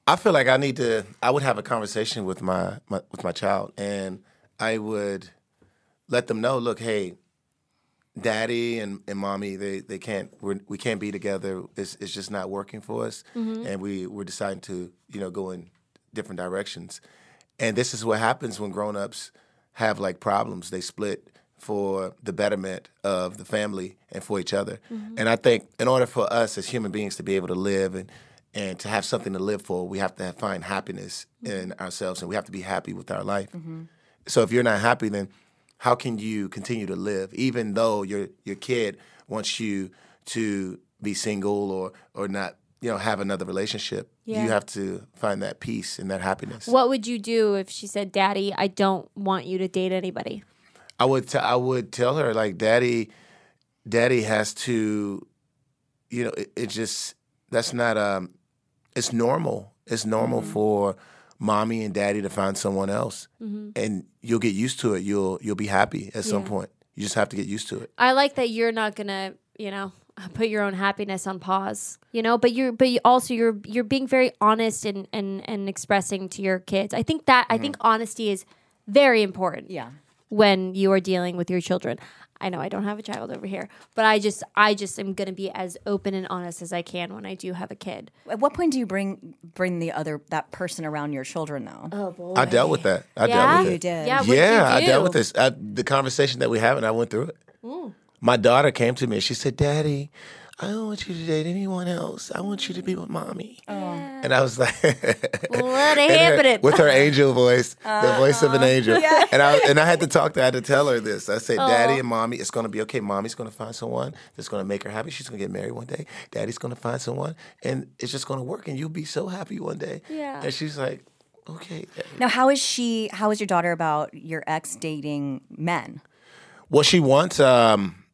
[SPEAKER 2] I feel like I need to. I would have a conversation with my, my with my child, and I would let them know, look, hey, daddy and, and mommy, they they can't we're, we can't be together. It's it's just not working for us, and we we're deciding to you know go in different directions. And this is what happens when grown-ups have like problems. They split for the betterment of the family and for each other. And I think in order for us as human beings to be able to live and and to have something to live for, we have to have- find happiness in ourselves and we have to be happy with our life. So if you're not happy, then how can you continue to live, even though your your kid wants you to be single or or not, you know, have another relationship?
[SPEAKER 4] Yeah.
[SPEAKER 2] You have to find that peace and that happiness.
[SPEAKER 4] What would you do if she said, "Daddy, I don't want you to date anybody"?
[SPEAKER 2] I would t- I would tell her like, Daddy, Daddy has to, you know, it, it just that's not um, it's normal. It's normal for mommy and daddy to find someone else, and you'll get used to it. You'll you'll be happy at some
[SPEAKER 4] Yeah.
[SPEAKER 2] point. You just have to get used to it.
[SPEAKER 4] I like that you're not gonna, you know, put your own happiness on pause. You know, but you're, but you also you're you're being very honest and and and expressing to your kids. I think that I think
[SPEAKER 2] Mm-hmm.
[SPEAKER 4] honesty is very important.
[SPEAKER 5] yeah.
[SPEAKER 4] when you are dealing with your children. I know I don't have a child over here, but I just I just am gonna be as open and honest as I can when I do have a kid.
[SPEAKER 5] At what point do you bring bring the other that person around your children though?
[SPEAKER 2] I dealt with that. I
[SPEAKER 4] Yeah?
[SPEAKER 2] dealt with it.
[SPEAKER 5] You did.
[SPEAKER 4] Yeah, what did
[SPEAKER 2] yeah,
[SPEAKER 4] you
[SPEAKER 2] I dealt with
[SPEAKER 4] do? Mm.
[SPEAKER 2] this. I, the conversation that we had, and I went through it. My daughter came to me and she said, "Daddy, I don't want you to date anyone else. I want you to be with mommy."
[SPEAKER 4] Oh.
[SPEAKER 2] And I was like,
[SPEAKER 4] What
[SPEAKER 2] in her-
[SPEAKER 4] happened?
[SPEAKER 2] with her angel voice, the voice of an
[SPEAKER 4] Uh-huh.
[SPEAKER 2] angel. And I and I had to talk to I had to tell her this. I said,
[SPEAKER 4] Oh.
[SPEAKER 2] Daddy and mommy, it's gonna be okay. Mommy's gonna find someone that's gonna make her happy. She's gonna get married one day. Daddy's gonna find someone and it's just gonna work and you'll be so happy one day.
[SPEAKER 4] Yeah.
[SPEAKER 2] And she's like, Okay. Daddy."
[SPEAKER 5] Now, how is she? How is your daughter about your ex dating men?
[SPEAKER 2] Well, she wants um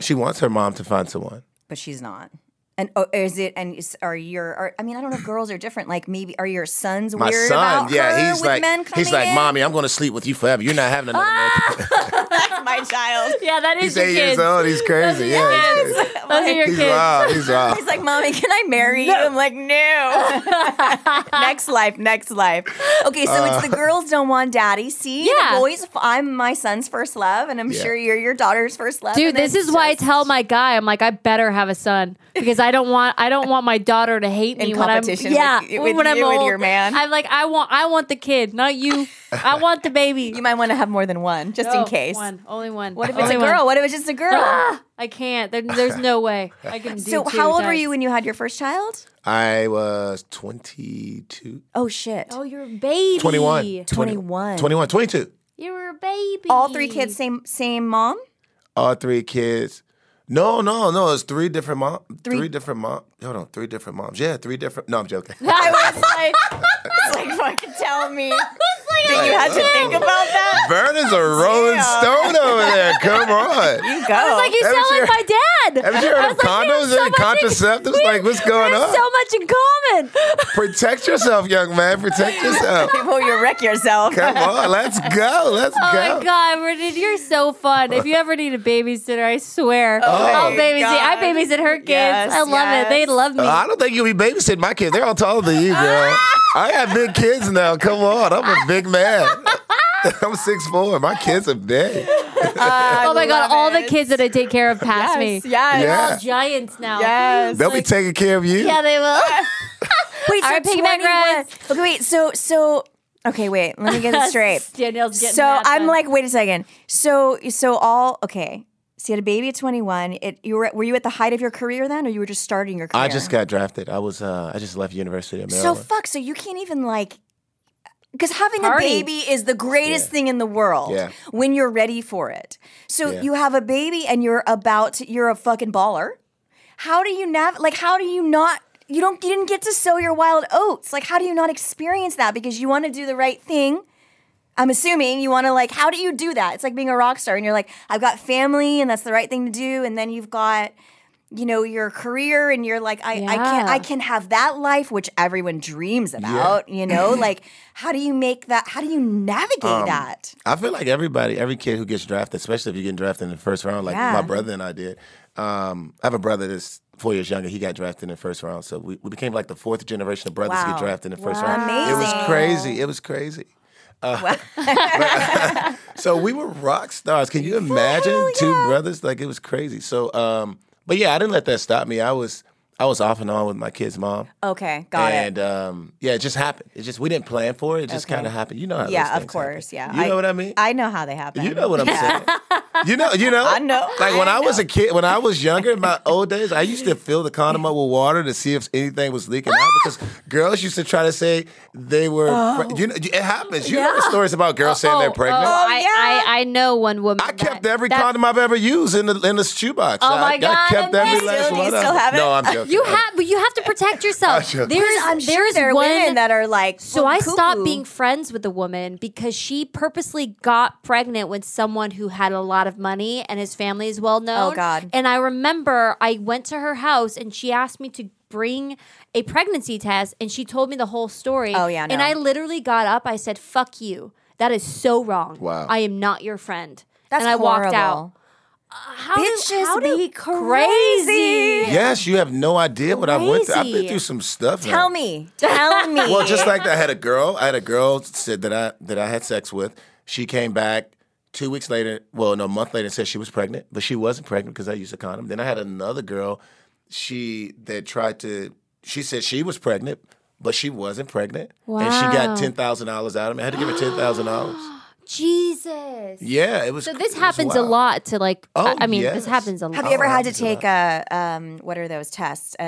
[SPEAKER 2] she wants her mom to find someone.
[SPEAKER 5] But she's not. And oh, is it? And is, are your? Are, I mean, I don't know if girls are different. Like maybe are your sons
[SPEAKER 2] My
[SPEAKER 5] weird
[SPEAKER 2] son,
[SPEAKER 5] about her
[SPEAKER 2] yeah, he's
[SPEAKER 5] with
[SPEAKER 2] like
[SPEAKER 5] men
[SPEAKER 2] he's
[SPEAKER 5] coming
[SPEAKER 2] like,
[SPEAKER 5] in? Ah,
[SPEAKER 2] Mommy, I'm gonna sleep with you forever. You're not having another man.
[SPEAKER 5] That's my child.
[SPEAKER 4] Yeah, that is
[SPEAKER 2] He's
[SPEAKER 4] your
[SPEAKER 2] eight years
[SPEAKER 4] kids.
[SPEAKER 2] old, he's crazy. Yeah, he's crazy.
[SPEAKER 4] Those are your
[SPEAKER 2] He's
[SPEAKER 4] kids.
[SPEAKER 2] wild. He's wild.
[SPEAKER 5] He's like, mommy, can I marry you? I'm like, no. next life, next life. Okay, so it's
[SPEAKER 2] Uh.
[SPEAKER 5] the girls don't want daddy. See, The
[SPEAKER 4] Yeah.
[SPEAKER 5] boys. I'm my son's first love, and I'm
[SPEAKER 2] Yeah.
[SPEAKER 5] sure you're your daughter's first love.
[SPEAKER 4] Dude,
[SPEAKER 5] and
[SPEAKER 4] this
[SPEAKER 5] it's
[SPEAKER 4] is why I
[SPEAKER 5] just-
[SPEAKER 4] tell my guy, I'm like, I better have a son because I don't want I don't want my daughter to hate me
[SPEAKER 5] In
[SPEAKER 4] when I'm
[SPEAKER 5] competition
[SPEAKER 4] yeah
[SPEAKER 5] with- with
[SPEAKER 4] when I'm
[SPEAKER 5] you and
[SPEAKER 4] old.
[SPEAKER 5] your man.
[SPEAKER 4] I'm like, I want I want the kid, not you. I want the baby.
[SPEAKER 5] You might want to have more than one, just
[SPEAKER 4] No,
[SPEAKER 5] in case.
[SPEAKER 4] one, only one.
[SPEAKER 5] What if it's a
[SPEAKER 4] Only one. Ah.
[SPEAKER 5] girl? What if it's just a girl?
[SPEAKER 4] I can't. There, there's no way I can do.
[SPEAKER 5] so,
[SPEAKER 4] two
[SPEAKER 5] how old were
[SPEAKER 4] dads.
[SPEAKER 5] you when you had your first child?
[SPEAKER 2] I was 22.
[SPEAKER 5] Oh shit!
[SPEAKER 4] Oh, you're a baby.
[SPEAKER 2] 21.
[SPEAKER 5] 21.
[SPEAKER 2] 21, 22.
[SPEAKER 4] You were a baby.
[SPEAKER 5] All three kids, same same mom.
[SPEAKER 2] All three kids. No, no, no. It's three different mom. Three,
[SPEAKER 5] Three-
[SPEAKER 2] different mom. Hold on. Three different moms. Yeah, three different. No, I'm joking.
[SPEAKER 4] I was like,
[SPEAKER 5] It's like fucking tell me.
[SPEAKER 4] like,
[SPEAKER 5] You had to think about that.
[SPEAKER 2] Vernon's a rolling stone over there. Come on.
[SPEAKER 5] Go.
[SPEAKER 4] I was like, you
[SPEAKER 2] Haven't
[SPEAKER 4] sound
[SPEAKER 2] you-
[SPEAKER 4] like my dad.
[SPEAKER 2] haven't you heard
[SPEAKER 4] I
[SPEAKER 2] of
[SPEAKER 4] was like, we have
[SPEAKER 2] condoms and
[SPEAKER 4] much in-
[SPEAKER 2] contraceptives?
[SPEAKER 4] we-
[SPEAKER 2] Like, what's going
[SPEAKER 4] we have
[SPEAKER 2] on?
[SPEAKER 4] So much in common.
[SPEAKER 2] Protect yourself, young man. Protect yourself.
[SPEAKER 5] Before you wreck yourself.
[SPEAKER 2] Come on. Let's go. Let's
[SPEAKER 4] Oh
[SPEAKER 2] go.
[SPEAKER 4] my god, Bridget, you're so fun. If you ever need a babysitter, I swear, I'll
[SPEAKER 5] Oh my
[SPEAKER 4] babysit. I
[SPEAKER 5] God.
[SPEAKER 4] babysit her kids.
[SPEAKER 5] Yes,
[SPEAKER 4] I love it.
[SPEAKER 5] yes. Oh,
[SPEAKER 4] They love me.
[SPEAKER 2] Uh, I don't think you'll be babysitting my kids. They're all taller than you, girl. I got big kids now. Come on. I'm a big man. I'm six four. My kids are big.
[SPEAKER 4] oh my god,
[SPEAKER 5] love
[SPEAKER 4] all the
[SPEAKER 5] it.
[SPEAKER 4] kids that I take care of pass
[SPEAKER 5] Yes.
[SPEAKER 4] me.
[SPEAKER 5] Yes.
[SPEAKER 2] Yeah.
[SPEAKER 4] Giants now.
[SPEAKER 5] Yes.
[SPEAKER 2] They'll be taking care of you.
[SPEAKER 4] Yeah, they will.
[SPEAKER 5] Wait,
[SPEAKER 4] All right, piggyback
[SPEAKER 5] 21
[SPEAKER 4] rides.
[SPEAKER 5] Okay, wait. So, so, okay, wait. Let me get this straight.
[SPEAKER 4] Danielle's getting
[SPEAKER 5] so
[SPEAKER 4] mad
[SPEAKER 5] I'm
[SPEAKER 4] then.
[SPEAKER 5] like, wait a second. So, so all okay. So you had a baby at 21. It you were were you at the height of your career then, or you were just starting your career?
[SPEAKER 2] I just got drafted. I was. Uh, I just left University of
[SPEAKER 5] so
[SPEAKER 2] Maryland.
[SPEAKER 5] fuck. So you can't even like. Because having
[SPEAKER 4] Party.
[SPEAKER 5] a baby is the greatest thing in the world
[SPEAKER 2] Yeah.
[SPEAKER 5] when you're ready for it. So
[SPEAKER 2] Yeah.
[SPEAKER 5] you have a baby and you're about to, you're a fucking baller. How do you nav like how do you not you don't you didn't get to sow your wild oats. Like how do you not experience that because you want to do the right thing? I'm assuming you want to like how do you do that? It's like being a rock star and you're like I've got family and that's the right thing to do and then you've got you know your career and you're like I I can't
[SPEAKER 4] Yeah.
[SPEAKER 5] I can have that life which everyone dreams about, you know? like how do you make that how do you navigate
[SPEAKER 2] Um,
[SPEAKER 5] that?
[SPEAKER 2] I feel like everybody, every kid who gets drafted, especially if you get drafted in the first round, like
[SPEAKER 5] Yeah.
[SPEAKER 2] my brother and I did. Um, I have a brother that's four years younger. He got drafted in the first round, so we, we became like the fourth generation of brothers to
[SPEAKER 5] Wow.
[SPEAKER 2] get drafted in the first
[SPEAKER 5] Wow.
[SPEAKER 2] round. It was
[SPEAKER 5] Amazing.
[SPEAKER 2] crazy. It was crazy. Uh, So we were rock stars. Can you imagine two brothers? Like it was crazy. So, um, but yeah, I didn't let that stop me. I was I was off and on with my kid's mom.
[SPEAKER 5] Okay, got it.
[SPEAKER 2] and um, yeah, it just happened. It just we didn't plan for it. It just kind of happened. You know how?
[SPEAKER 5] Yeah,
[SPEAKER 2] those
[SPEAKER 5] of
[SPEAKER 2] things happen.
[SPEAKER 5] course. Yeah,
[SPEAKER 2] you know what I mean.
[SPEAKER 5] I know how they happen.
[SPEAKER 2] you know what I'm saying. You know, you know.
[SPEAKER 5] I know.
[SPEAKER 2] Like when
[SPEAKER 5] I
[SPEAKER 2] I, was a kid, when I was younger, in my old days, I used to fill the condom up with water to see if anything was leaking out because girls used to try to say they were. pre- you know, it happens. You know the stories about girls saying they're pregnant.
[SPEAKER 4] Oh, I,
[SPEAKER 5] yeah.
[SPEAKER 4] I, I know one woman.
[SPEAKER 2] I kept
[SPEAKER 4] that-
[SPEAKER 2] every
[SPEAKER 4] that-
[SPEAKER 2] condom I've ever used in the in the shoebox.
[SPEAKER 4] Oh
[SPEAKER 2] I,
[SPEAKER 4] my
[SPEAKER 2] I
[SPEAKER 4] God,
[SPEAKER 2] kept every
[SPEAKER 4] amazing.
[SPEAKER 2] last
[SPEAKER 5] Do you
[SPEAKER 2] one.
[SPEAKER 5] still
[SPEAKER 2] of them.
[SPEAKER 5] have it?
[SPEAKER 2] No, I'm joking.
[SPEAKER 4] You
[SPEAKER 2] I'm-
[SPEAKER 4] have, but you have to protect yourself.
[SPEAKER 2] joking.
[SPEAKER 4] There's,
[SPEAKER 5] I'm
[SPEAKER 4] there
[SPEAKER 5] sure
[SPEAKER 4] is
[SPEAKER 5] there are
[SPEAKER 4] one
[SPEAKER 5] women that are like.
[SPEAKER 4] So
[SPEAKER 5] well,
[SPEAKER 4] I stopped
[SPEAKER 5] cuckoo.
[SPEAKER 4] being friends with the woman because she purposely got pregnant with someone who had a lot of money and his family is well known.
[SPEAKER 5] Oh, God.
[SPEAKER 4] And I remember I went to her house and she asked me to bring a pregnancy test and she told me the whole story.
[SPEAKER 5] Oh, yeah,
[SPEAKER 4] And
[SPEAKER 5] no.
[SPEAKER 4] I literally got up, I said, Fuck you. That is so wrong.
[SPEAKER 2] Wow.
[SPEAKER 4] I am not your friend.
[SPEAKER 5] That's
[SPEAKER 4] and I walked out. Uh,
[SPEAKER 5] horrible.
[SPEAKER 4] How
[SPEAKER 5] Bitches be
[SPEAKER 4] crazy.
[SPEAKER 2] Yes, you have no idea what I went through. I've been
[SPEAKER 4] Crazy.
[SPEAKER 2] through some stuff. man.
[SPEAKER 5] Tell me, tell me.
[SPEAKER 2] Well, just like that, I had a girl. I had a girl said that I that I had sex with. She came back two weeks later. Well, no, a month later, and said she was pregnant, but she wasn't pregnant because I used a condom. Then I had another girl. She that tried to. She said she was pregnant, but she wasn't pregnant, and she
[SPEAKER 4] Wow.
[SPEAKER 2] got ten thousand dollars out of me. I had to give her ten thousand dollars.
[SPEAKER 4] Jesus.
[SPEAKER 2] Yeah, it was.
[SPEAKER 4] So
[SPEAKER 2] it
[SPEAKER 4] this
[SPEAKER 2] was
[SPEAKER 4] happens a
[SPEAKER 2] wild.
[SPEAKER 4] lot to like.
[SPEAKER 2] Oh,
[SPEAKER 4] I, I mean, this
[SPEAKER 2] yes.
[SPEAKER 4] happens a lot.
[SPEAKER 5] have you ever had to
[SPEAKER 2] happens a
[SPEAKER 5] take a um? What are those tests? Uh,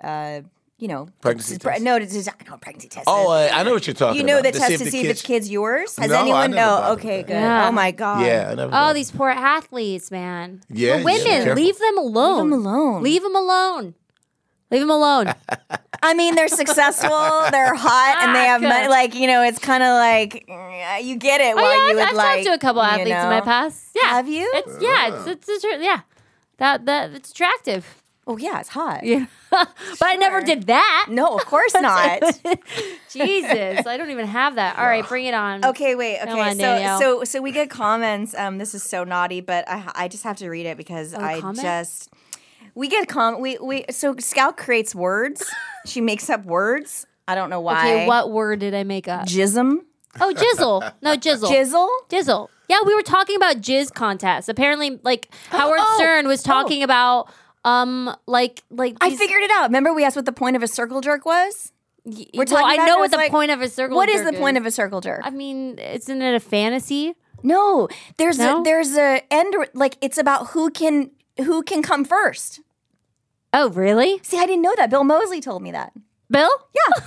[SPEAKER 5] uh, you know,
[SPEAKER 2] Pregnancy
[SPEAKER 5] it's pre-
[SPEAKER 2] test.
[SPEAKER 5] No, it's, it's, no, pregnancy test.
[SPEAKER 2] Oh, I, I know what you're talking
[SPEAKER 5] you
[SPEAKER 2] about.
[SPEAKER 5] know the
[SPEAKER 2] To
[SPEAKER 5] test
[SPEAKER 2] see if
[SPEAKER 5] to
[SPEAKER 2] the
[SPEAKER 5] see if
[SPEAKER 2] kids-
[SPEAKER 5] it's kids yours. Has
[SPEAKER 2] No, I
[SPEAKER 5] anyone
[SPEAKER 2] never
[SPEAKER 5] know?
[SPEAKER 2] bothered with
[SPEAKER 5] Okay,
[SPEAKER 2] that.
[SPEAKER 5] good.
[SPEAKER 4] Yeah.
[SPEAKER 5] Oh my god.
[SPEAKER 2] Yeah, I never.
[SPEAKER 4] Oh,
[SPEAKER 2] mind.
[SPEAKER 4] these poor athletes, man.
[SPEAKER 2] Yeah,
[SPEAKER 4] Or
[SPEAKER 2] yeah,
[SPEAKER 4] women,
[SPEAKER 2] be careful.
[SPEAKER 4] leave them alone.
[SPEAKER 5] Leave 'em alone.
[SPEAKER 4] Leave them alone. Leave them alone.
[SPEAKER 5] I mean, they're successful, they're hot, and they have
[SPEAKER 4] Fuck.
[SPEAKER 5] money. Like you know, it's kind of like mm, you get it.
[SPEAKER 4] Oh,
[SPEAKER 5] why
[SPEAKER 4] yeah,
[SPEAKER 5] you would
[SPEAKER 4] I've, I've
[SPEAKER 5] like.
[SPEAKER 4] talked to a couple
[SPEAKER 5] you
[SPEAKER 4] athletes in my
[SPEAKER 5] know?
[SPEAKER 4] past. Yeah,
[SPEAKER 5] Have you?
[SPEAKER 4] It's yeah, it's it's, it's attr- yeah, that that it's attractive.
[SPEAKER 5] Oh yeah, it's hot.
[SPEAKER 4] Yeah, but I never did that.
[SPEAKER 5] No, of course not.
[SPEAKER 4] Jesus, I don't even have that. All right, bring it on.
[SPEAKER 5] Okay, wait.
[SPEAKER 4] Come
[SPEAKER 5] Okay,
[SPEAKER 4] on,
[SPEAKER 5] so
[SPEAKER 4] Danielle.
[SPEAKER 5] so so we get comments. Um, this is so naughty, but I I just have to read it because I
[SPEAKER 4] Oh, comment?
[SPEAKER 5] just we get com we we so Scout creates words. she makes up words. I don't know why.
[SPEAKER 4] Okay, what word did I make up?
[SPEAKER 5] Jism,
[SPEAKER 4] Oh, jizzle. No, jizzle.
[SPEAKER 5] jizzle.
[SPEAKER 4] Jizzle. Yeah, we were talking about jizz contests. Apparently, like
[SPEAKER 5] Oh,
[SPEAKER 4] Howard Stern was talking about, um, like like
[SPEAKER 5] I
[SPEAKER 4] these-
[SPEAKER 5] figured it out. Remember, we asked what the point of a circle jerk was.
[SPEAKER 4] y-
[SPEAKER 5] we're
[SPEAKER 4] well,
[SPEAKER 5] talking about
[SPEAKER 4] I
[SPEAKER 5] it,
[SPEAKER 4] know
[SPEAKER 5] I was
[SPEAKER 4] what the
[SPEAKER 5] like,
[SPEAKER 4] point of a circle.
[SPEAKER 5] What is the point of a circle jerk?
[SPEAKER 4] I mean, isn't it a fantasy?
[SPEAKER 5] No, there's
[SPEAKER 4] No?
[SPEAKER 5] a there's a end. Like it's about who can who can come first.
[SPEAKER 4] Oh, really,
[SPEAKER 5] See, I didn't know that. Bill Mosley told me that.
[SPEAKER 4] Bill? Yeah.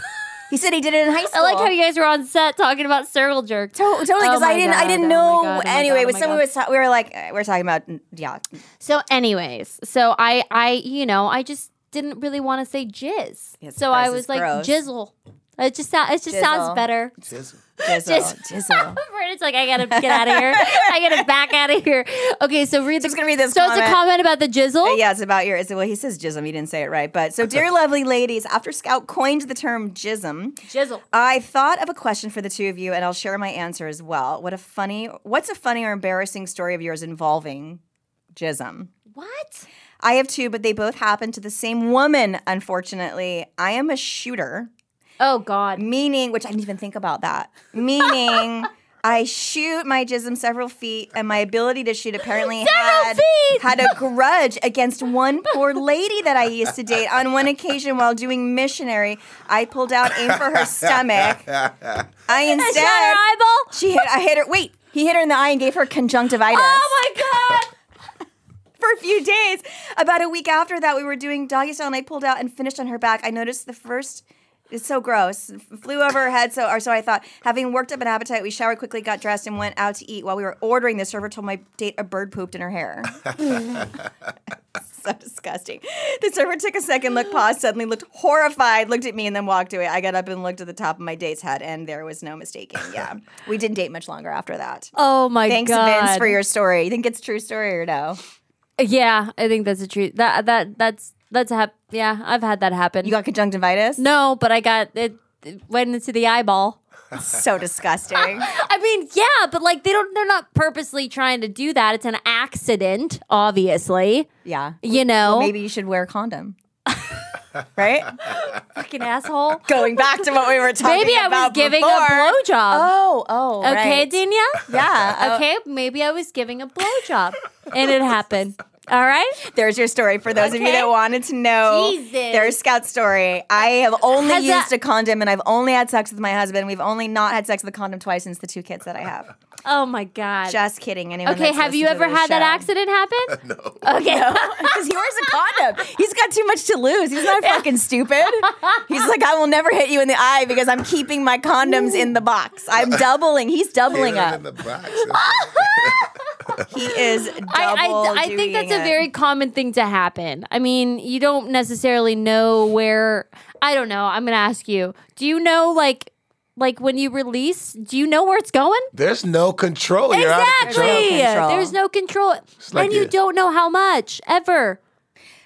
[SPEAKER 5] He said he did it in high
[SPEAKER 4] I
[SPEAKER 5] school.
[SPEAKER 4] like how you guys were on set talking about circle jerk.
[SPEAKER 5] To- totally
[SPEAKER 4] Oh
[SPEAKER 5] because I
[SPEAKER 4] my
[SPEAKER 5] didn't I
[SPEAKER 4] God,
[SPEAKER 5] didn't
[SPEAKER 4] oh
[SPEAKER 5] know
[SPEAKER 4] my God, oh my
[SPEAKER 5] anyway.
[SPEAKER 4] God, oh
[SPEAKER 5] but
[SPEAKER 4] my
[SPEAKER 5] someone
[SPEAKER 4] God.
[SPEAKER 5] was ta- we were like uh, we are talking about yeah.
[SPEAKER 4] So, anyways, so I, I, you know, I just didn't really want to say jizz.
[SPEAKER 5] Yes,
[SPEAKER 4] so
[SPEAKER 5] gross,
[SPEAKER 4] I
[SPEAKER 5] it's
[SPEAKER 4] was like
[SPEAKER 5] gross.
[SPEAKER 4] jizzle, It just sounds. It just sounds
[SPEAKER 5] Jizzle.
[SPEAKER 4] better.
[SPEAKER 2] Jizzle.
[SPEAKER 5] Jizzle, jizzle.
[SPEAKER 4] It's like I gotta get out of here. I gotta back out of here. Okay, so read.
[SPEAKER 5] Just gonna read this
[SPEAKER 4] So it's a
[SPEAKER 5] comment.
[SPEAKER 4] comment about the jizzle.
[SPEAKER 5] Uh, Yeah, it's about your. It's, well, he says jism. He didn't say it right, but so, dear lovely ladies, after Scout coined the term jism,
[SPEAKER 4] Jizzle.
[SPEAKER 5] I thought of a question for the two of you, and I'll share my answer as well. What a funny, what's a funny or embarrassing story of yours involving jism?
[SPEAKER 4] What?
[SPEAKER 5] I have two, but they both happened to the same woman. Unfortunately, I am a shooter,
[SPEAKER 4] Oh God.
[SPEAKER 5] meaning which I didn't even think about that. Meaning. I shoot my jism several feet, and my ability to shoot apparently had,
[SPEAKER 4] feet!
[SPEAKER 5] had a grudge against one poor lady that I used to date. On one occasion, while doing missionary, I pulled out aim for her stomach. I
[SPEAKER 4] I shot her
[SPEAKER 5] instead
[SPEAKER 4] eyeball.
[SPEAKER 5] she hit. I hit her. Wait, he hit her in the eye and gave her conjunctivitis
[SPEAKER 4] Oh my God.
[SPEAKER 5] for a few days. About a week after that, we were doing doggy style, and I pulled out and finished on her back. I noticed the first. It's so gross. Flew over her head, so or so I thought. Having worked up an appetite, we showered quickly, got dressed, and went out to eat. While we were ordering, the server told my date a bird pooped in her hair. so disgusting. The server took a second look, paused, suddenly looked horrified, looked at me, and then walked away. I got up and looked at the top of my date's head, and there was no mistaking. Yeah, we didn't date much longer after that.
[SPEAKER 4] Oh my
[SPEAKER 5] Thanks,
[SPEAKER 4] God.
[SPEAKER 5] Vince, for your story. You think it's a true story or no?
[SPEAKER 4] Yeah, I think that's a truth. That that that's that's hap- yeah, I've had that happen.
[SPEAKER 5] You got conjunctivitis?
[SPEAKER 4] no, but I got it, it went into the eyeball.
[SPEAKER 5] so disgusting.
[SPEAKER 4] I mean, yeah, but like they don't they're not purposely trying to do that. It's an accident, obviously.
[SPEAKER 5] Yeah.
[SPEAKER 4] You know.
[SPEAKER 5] Maybe you should wear a condom. right?
[SPEAKER 4] fucking asshole.
[SPEAKER 5] Going back to what we were talking
[SPEAKER 4] Maybe I
[SPEAKER 5] about
[SPEAKER 4] was giving
[SPEAKER 5] before.
[SPEAKER 4] a blowjob.
[SPEAKER 5] Oh, oh,
[SPEAKER 4] okay,
[SPEAKER 5] right.
[SPEAKER 4] Dinya?
[SPEAKER 5] Yeah. uh,
[SPEAKER 4] Okay, maybe I was giving a blowjob and it happened. All right?
[SPEAKER 5] There's your story for those of you
[SPEAKER 4] Okay.
[SPEAKER 5] that wanted to know.
[SPEAKER 4] Jesus.
[SPEAKER 5] There's Scout's story. I have only
[SPEAKER 4] Has
[SPEAKER 5] used
[SPEAKER 4] that-
[SPEAKER 5] a condom and I've only had sex with my husband. We've only not had sex with a condom twice since the two kids that I have.
[SPEAKER 4] Oh my god.
[SPEAKER 5] Just kidding. Anyone
[SPEAKER 4] okay,
[SPEAKER 5] that's
[SPEAKER 4] have you
[SPEAKER 5] listened to
[SPEAKER 4] ever
[SPEAKER 5] this
[SPEAKER 4] had that
[SPEAKER 5] show.
[SPEAKER 4] accident happen? no. Okay.
[SPEAKER 5] Because he wears a condom. He's got too much to lose. He's not fucking stupid. He's like, I will never hit you in the eye because I'm keeping my condoms in the box. I'm doubling. He's doubling
[SPEAKER 2] Put it
[SPEAKER 5] up.
[SPEAKER 2] in the box.
[SPEAKER 5] He is double.
[SPEAKER 4] I, I, I think that's a
[SPEAKER 5] dutying it.
[SPEAKER 4] very common thing to happen. I mean, you don't necessarily know where. I don't know. I'm gonna ask you. Do you know like like when you release? Do you know where it's going?
[SPEAKER 2] There's no control. You're out of
[SPEAKER 4] exactly.
[SPEAKER 2] control.
[SPEAKER 5] control.
[SPEAKER 4] There's no control,
[SPEAKER 2] like
[SPEAKER 4] and you
[SPEAKER 2] it-
[SPEAKER 4] don't know how much ever.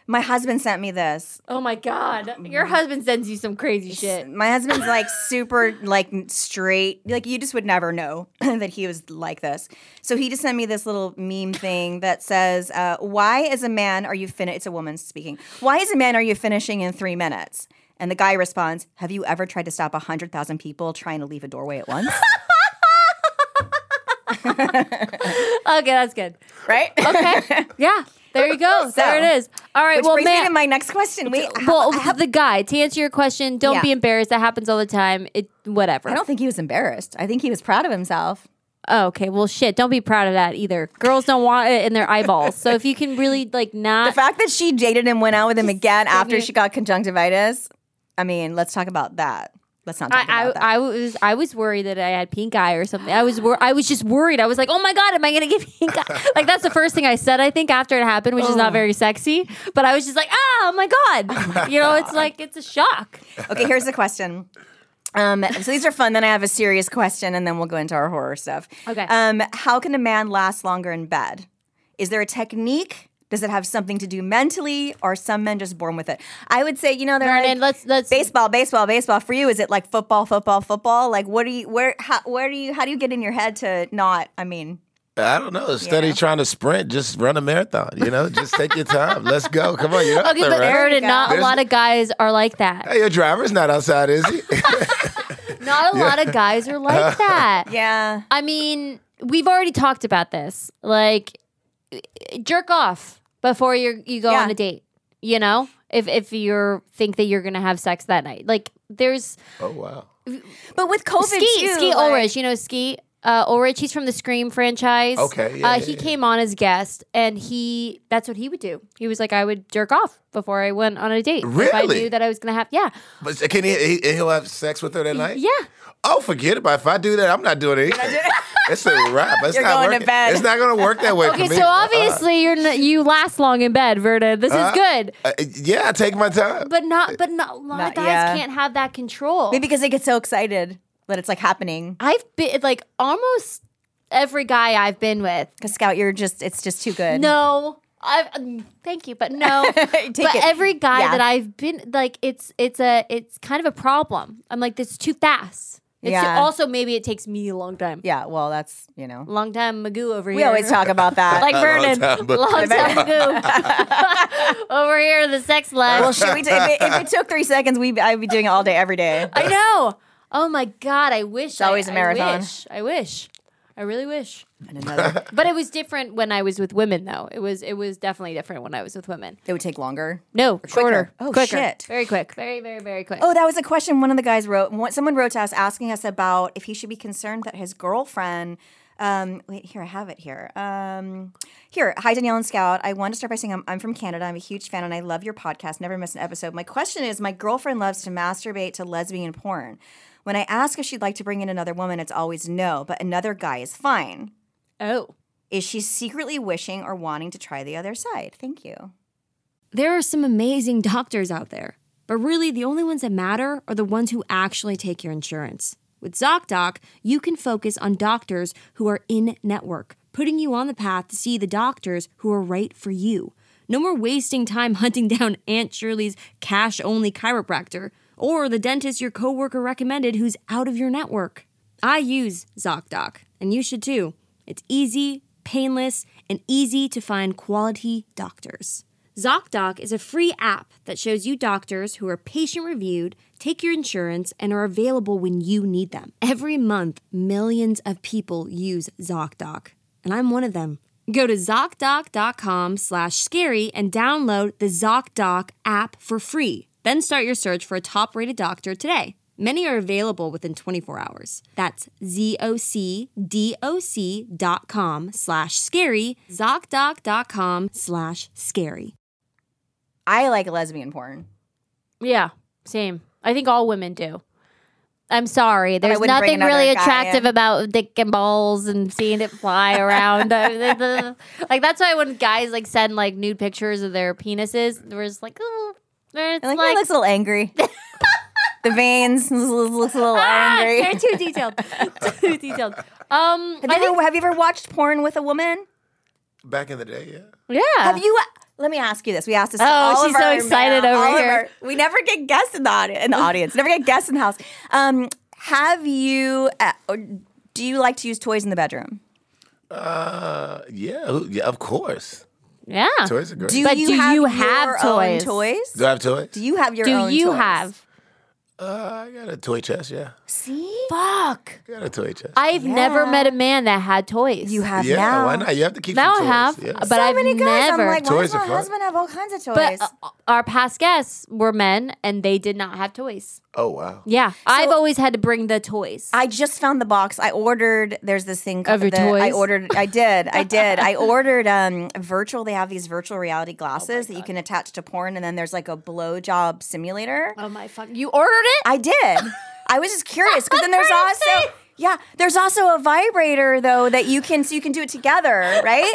[SPEAKER 5] My husband sent me this.
[SPEAKER 4] Oh my
[SPEAKER 5] Mm.
[SPEAKER 4] god, your husband sends you some crazy shit.
[SPEAKER 5] My husband's like super like straight. Like you just would never know that he was like this. So he just sent me this little meme thing that says, uh, "Why as a man are you finished?" It's a woman speaking. Why as a man are you finishing in three minutes? And the guy responds, "Have you ever tried to stop hundred thousand people trying to leave a doorway at once?"
[SPEAKER 4] Okay, that's good.
[SPEAKER 5] right.
[SPEAKER 4] Okay, yeah, there you go.
[SPEAKER 5] So-
[SPEAKER 4] there it is. All right,
[SPEAKER 5] Which
[SPEAKER 4] well,
[SPEAKER 5] brings
[SPEAKER 4] man.
[SPEAKER 5] me to my next question. Wait, how-
[SPEAKER 4] well, the guy. To answer your question, don't
[SPEAKER 5] Yeah.
[SPEAKER 4] be embarrassed. That happens all the time. It whatever.
[SPEAKER 5] I don't think he was embarrassed. I think he was proud of himself.
[SPEAKER 4] Oh, okay. Well, shit. Don't be proud of that either. Girls don't want it in their eyeballs. So if you can really like
[SPEAKER 5] The
[SPEAKER 4] not.
[SPEAKER 5] fact that she dated and went out with him again after
[SPEAKER 4] it-
[SPEAKER 5] she got conjunctivitis. I mean, let's talk about that. Let's not talk
[SPEAKER 4] I,
[SPEAKER 5] about that.
[SPEAKER 4] I, I was I was worried that I had pink eye or something. I was wor- I was just worried. I was like, oh my god, am I gonna get pink eye? Like that's the first thing I said. I think after it happened, which is
[SPEAKER 5] Oh.
[SPEAKER 4] not very sexy. But I was just like, ah, oh my god. You know, it's like it's a shock.
[SPEAKER 5] Okay, here's the question. Um, so these are fun. Then I have a serious question, and then we'll go into our horror stuff.
[SPEAKER 4] Okay.
[SPEAKER 5] Um, how can a man last longer in bed? Is there a technique? Does it have something to do mentally, or are some men just born with it? I would say, you know, they're
[SPEAKER 4] Vernon,
[SPEAKER 5] like,
[SPEAKER 4] let's- let's-
[SPEAKER 5] baseball, baseball, baseball. For you, is it like football, football, football? Like, what do you, where, how, where do you, how do you get in your head to not? I mean,
[SPEAKER 2] I don't know. Instead of trying to sprint, just run a marathon. You know, just take your time. Let's go. Come on, you're out
[SPEAKER 4] Okay,
[SPEAKER 2] there,
[SPEAKER 4] but
[SPEAKER 2] right?
[SPEAKER 4] Vernon, not a
[SPEAKER 2] There's-
[SPEAKER 4] lot of guys are like that.
[SPEAKER 2] Hey, your driver's not outside, is he?
[SPEAKER 4] Not a lot of guys are like that.
[SPEAKER 5] yeah,
[SPEAKER 4] I mean, we've already talked about this. Like, jerk off before you you go
[SPEAKER 5] Yeah.
[SPEAKER 4] on a date. You know, if if you think that you're gonna have sex that night, like there's
[SPEAKER 2] oh wow.
[SPEAKER 5] but with COVID
[SPEAKER 4] Ski
[SPEAKER 5] too,
[SPEAKER 4] Ski
[SPEAKER 5] like-
[SPEAKER 4] Ulrich. You know Ski uh, Ulrich. He's from the Scream franchise.
[SPEAKER 2] Okay, yeah,
[SPEAKER 4] uh,
[SPEAKER 2] yeah,
[SPEAKER 4] he
[SPEAKER 2] yeah.
[SPEAKER 4] came on as guest, and he that's what he would do. He was like, I would jerk off before I went on a date. If I
[SPEAKER 2] Really?
[SPEAKER 4] knew that I was gonna have yeah
[SPEAKER 2] But can he, he? He'll have sex with her that night.
[SPEAKER 4] yeah.
[SPEAKER 2] Oh, forget about it. If I do that, I'm not doing anything. It's a wrap. It's
[SPEAKER 5] You're
[SPEAKER 2] not
[SPEAKER 5] going to
[SPEAKER 2] working.
[SPEAKER 5] bed.
[SPEAKER 2] It's not going to work that way.
[SPEAKER 4] Okay,
[SPEAKER 2] for me.
[SPEAKER 4] so obviously you're n- you last long in bed, Verda. This
[SPEAKER 2] Uh,
[SPEAKER 4] is good,
[SPEAKER 2] Uh, yeah, I take my time.
[SPEAKER 4] but not but not a lot
[SPEAKER 5] Not-
[SPEAKER 4] of guys
[SPEAKER 5] yeah.
[SPEAKER 4] can't have that control.
[SPEAKER 5] Maybe because they get so excited that it's like happening.
[SPEAKER 4] I've been like almost every guy I've been with.
[SPEAKER 5] Because Scout, you're just it's just too good.
[SPEAKER 4] No, I um, thank you, but no.
[SPEAKER 5] Take
[SPEAKER 4] but
[SPEAKER 5] it.
[SPEAKER 4] every guy
[SPEAKER 5] Yeah.
[SPEAKER 4] that I've been like, it's it's a it's kind of a problem. I'm like, this is too fast. It's too-
[SPEAKER 5] Yeah.
[SPEAKER 4] also maybe it takes me a long time.
[SPEAKER 5] yeah, well, that's you know.
[SPEAKER 4] Long time Magoo over here.
[SPEAKER 5] We always talk about that.
[SPEAKER 4] like Vernon.
[SPEAKER 2] time, but-
[SPEAKER 4] Long time Magoo over here, the sex
[SPEAKER 5] well,
[SPEAKER 4] lab.
[SPEAKER 5] shit, we t- if, it, if it took three seconds, we I'd be doing it all day, every day.
[SPEAKER 4] I know. Oh my god, I wish. It's
[SPEAKER 5] always
[SPEAKER 4] a
[SPEAKER 5] a marathon.
[SPEAKER 4] I wish. I wish. I really wish.
[SPEAKER 5] And another,
[SPEAKER 4] But it was different when I was with women, though. It was it was definitely different when I was with women.
[SPEAKER 5] it would take longer.
[SPEAKER 4] No, shorter.
[SPEAKER 5] Oh,
[SPEAKER 4] quicker.
[SPEAKER 5] shit.
[SPEAKER 4] Very quick. Very very very quick.
[SPEAKER 5] Oh, that was a question one of the guys wrote. One- Someone wrote to us asking us about if he should be concerned that his girlfriend. Um, wait, here I have it here. Um, here, hi Danielle and Scout. I want to start by saying I'm, I'm from Canada. I'm a huge fan, and I love your podcast. Never miss an episode. My question is: My girlfriend loves to masturbate to lesbian porn. When I ask if she'd like to bring in another woman, it's always no, but another guy is fine.
[SPEAKER 4] oh.
[SPEAKER 5] Is she secretly wishing or wanting to try the other side? Thank you.
[SPEAKER 6] There are some amazing doctors out there, but really the only ones that matter are the ones who actually take your insurance. With ZocDoc, you can focus on doctors who are in network, putting you on the path to see the doctors who are right for you. No more wasting time hunting down Aunt Shirley's cash only chiropractor or the dentist your coworker recommended who's out of your network. I use ZocDoc, and you should too. It's easy, painless, and easy to find quality doctors. ZocDoc is a free app that shows you doctors who are patient reviewed, take your insurance, and are available when you need them. Every month, millions of people use ZocDoc, and I'm one of them. Go to ZocDoc.com slash scary and download the ZocDoc app for free. Then start your search for a top rated doctor today. Many are available within 24 hours. That's zocdoc.com slash scary, zocdoc.com slash scary.
[SPEAKER 5] I like lesbian porn.
[SPEAKER 4] Yeah, same. I think all women do. I'm sorry. There's
[SPEAKER 5] wouldn't bring
[SPEAKER 4] nothing really
[SPEAKER 5] another guy
[SPEAKER 4] attractive
[SPEAKER 5] in.
[SPEAKER 4] about dick and balls and seeing it fly around. Uh, like that's why when guys like send like nude pictures of their penises, we're just like, oh, it's
[SPEAKER 5] I
[SPEAKER 4] like,
[SPEAKER 5] like, it looks a little angry. the veins looks, looks a little
[SPEAKER 4] ah,
[SPEAKER 5] angry.
[SPEAKER 4] they're too detailed, too detailed. Um,
[SPEAKER 5] Have you,
[SPEAKER 4] I
[SPEAKER 5] ever,
[SPEAKER 4] think,
[SPEAKER 5] have you ever watched porn with a woman?
[SPEAKER 2] Back in the day, yeah.
[SPEAKER 4] yeah.
[SPEAKER 5] Have you? Let me ask you this. We asked this. to
[SPEAKER 4] Uh. Oh,
[SPEAKER 5] all
[SPEAKER 4] she's
[SPEAKER 5] of
[SPEAKER 4] so
[SPEAKER 5] our
[SPEAKER 4] excited over
[SPEAKER 5] all of
[SPEAKER 4] here.
[SPEAKER 5] our- we never get guests in the, audi- in the audience. Never get guests in the house. Um, have you? Uh, or do you like to use toys in the bedroom?
[SPEAKER 2] Uh, yeah, who- yeah, of course.
[SPEAKER 4] yeah.
[SPEAKER 2] Toys are great.
[SPEAKER 5] Do
[SPEAKER 4] But do you have
[SPEAKER 5] your own
[SPEAKER 4] toys?
[SPEAKER 5] toys?
[SPEAKER 2] Do I have toys?
[SPEAKER 5] Do you have your
[SPEAKER 4] Do
[SPEAKER 5] own?
[SPEAKER 4] you
[SPEAKER 5] toys?
[SPEAKER 4] have?
[SPEAKER 2] Uh, I got a toy chest, yeah.
[SPEAKER 5] See,
[SPEAKER 4] Fuck.
[SPEAKER 2] I got a toy chest.
[SPEAKER 4] I've never
[SPEAKER 5] Yeah.
[SPEAKER 4] met a man that had toys.
[SPEAKER 5] you have
[SPEAKER 2] yeah,
[SPEAKER 5] now.
[SPEAKER 2] why not? You have to keep
[SPEAKER 4] Now I
[SPEAKER 2] some toys.
[SPEAKER 4] have,
[SPEAKER 2] yeah.
[SPEAKER 4] but
[SPEAKER 5] so
[SPEAKER 4] I've
[SPEAKER 5] many guys.
[SPEAKER 4] never.
[SPEAKER 5] I'm like, why
[SPEAKER 2] Toys
[SPEAKER 5] does
[SPEAKER 2] are
[SPEAKER 5] my
[SPEAKER 2] fun.
[SPEAKER 5] husband have all kinds of toys?
[SPEAKER 4] But uh, our past guests were men, and they did not have toys.
[SPEAKER 2] oh, wow.
[SPEAKER 4] Yeah, I've always had to bring the toys.
[SPEAKER 5] I just found the box. I ordered. There's this thing
[SPEAKER 4] Of your
[SPEAKER 5] that I
[SPEAKER 4] toys?
[SPEAKER 5] ordered. I did. I did. I ordered um, virtual. They have these virtual reality glasses that you can attach to porn, and then there's like a blowjob simulator.
[SPEAKER 4] oh my fuck! You ordered it?
[SPEAKER 5] I did. I was just curious because then there's also yeah, there's also a vibrator though that you can so you can do it together, right?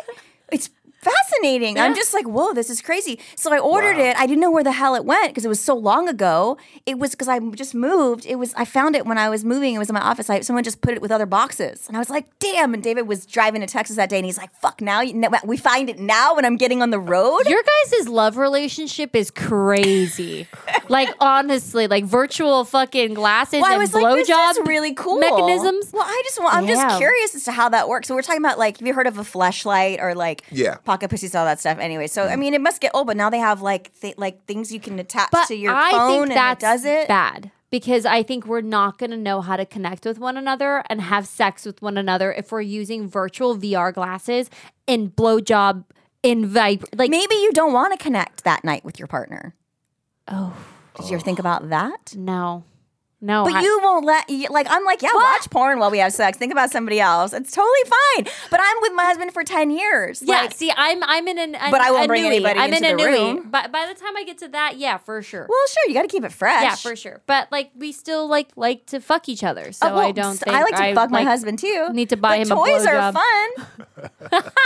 [SPEAKER 5] It's fascinating. I'm just like, whoa, this is crazy. So I ordered it. I didn't know where the hell it went because it was so long ago. It was because I just moved. It was I found it when I was moving. It was in my office. I, someone just put it with other boxes, and I was like, damn. And David was driving to Texas that day, and he's like, fuck. Now you, now- we find it now when I'm getting on the road.
[SPEAKER 4] Your guys' love relationship is crazy. like honestly, like virtual fucking glasses
[SPEAKER 5] Well, I
[SPEAKER 4] and
[SPEAKER 5] was like,
[SPEAKER 4] blowjob
[SPEAKER 5] this is really cool
[SPEAKER 4] mechanisms.
[SPEAKER 5] Well, I just want, I'm just
[SPEAKER 4] Yeah.
[SPEAKER 5] curious as to how that works. So we're talking about like, have you heard of a flashlight or like,
[SPEAKER 2] Yeah.
[SPEAKER 5] pocket pussies, all that stuff. Anyway, so I mean, it must get old, but now they have like, th- like things you can attach
[SPEAKER 4] But
[SPEAKER 5] to your
[SPEAKER 4] I
[SPEAKER 5] phone
[SPEAKER 4] think
[SPEAKER 5] and it
[SPEAKER 4] that's
[SPEAKER 5] does it.
[SPEAKER 4] bad because I think we're not going to know how to connect with one another and have sex with one another if we're using virtual VR glasses and blowjob in vib like
[SPEAKER 5] Maybe you don't want to connect that night with your partner.
[SPEAKER 4] oh
[SPEAKER 5] Did you ever think about that?
[SPEAKER 4] no. No,
[SPEAKER 5] But
[SPEAKER 4] I-
[SPEAKER 5] you won't let you, like I'm like yeah watch porn while we have sex think about somebody else it's totally fine but I'm with my husband for ten years
[SPEAKER 4] Yeah,
[SPEAKER 5] like
[SPEAKER 4] see, I'm I'm in an
[SPEAKER 5] But I won't
[SPEAKER 4] a
[SPEAKER 5] bring
[SPEAKER 4] newie.
[SPEAKER 5] anybody
[SPEAKER 4] I'm
[SPEAKER 5] into
[SPEAKER 4] in
[SPEAKER 5] the
[SPEAKER 4] a newie.
[SPEAKER 5] room.
[SPEAKER 4] But by the time I get to that, yeah, for sure.
[SPEAKER 5] well sure you got to keep it fresh
[SPEAKER 4] yeah, for sure. But like, we still like like to fuck each other, so
[SPEAKER 5] Oh, well,
[SPEAKER 4] I don't.
[SPEAKER 5] s-
[SPEAKER 4] Think
[SPEAKER 5] I like to fuck my
[SPEAKER 4] like-
[SPEAKER 5] husband too
[SPEAKER 4] need to buy
[SPEAKER 5] but
[SPEAKER 4] him a
[SPEAKER 5] toys are
[SPEAKER 4] blowjob.
[SPEAKER 5] fun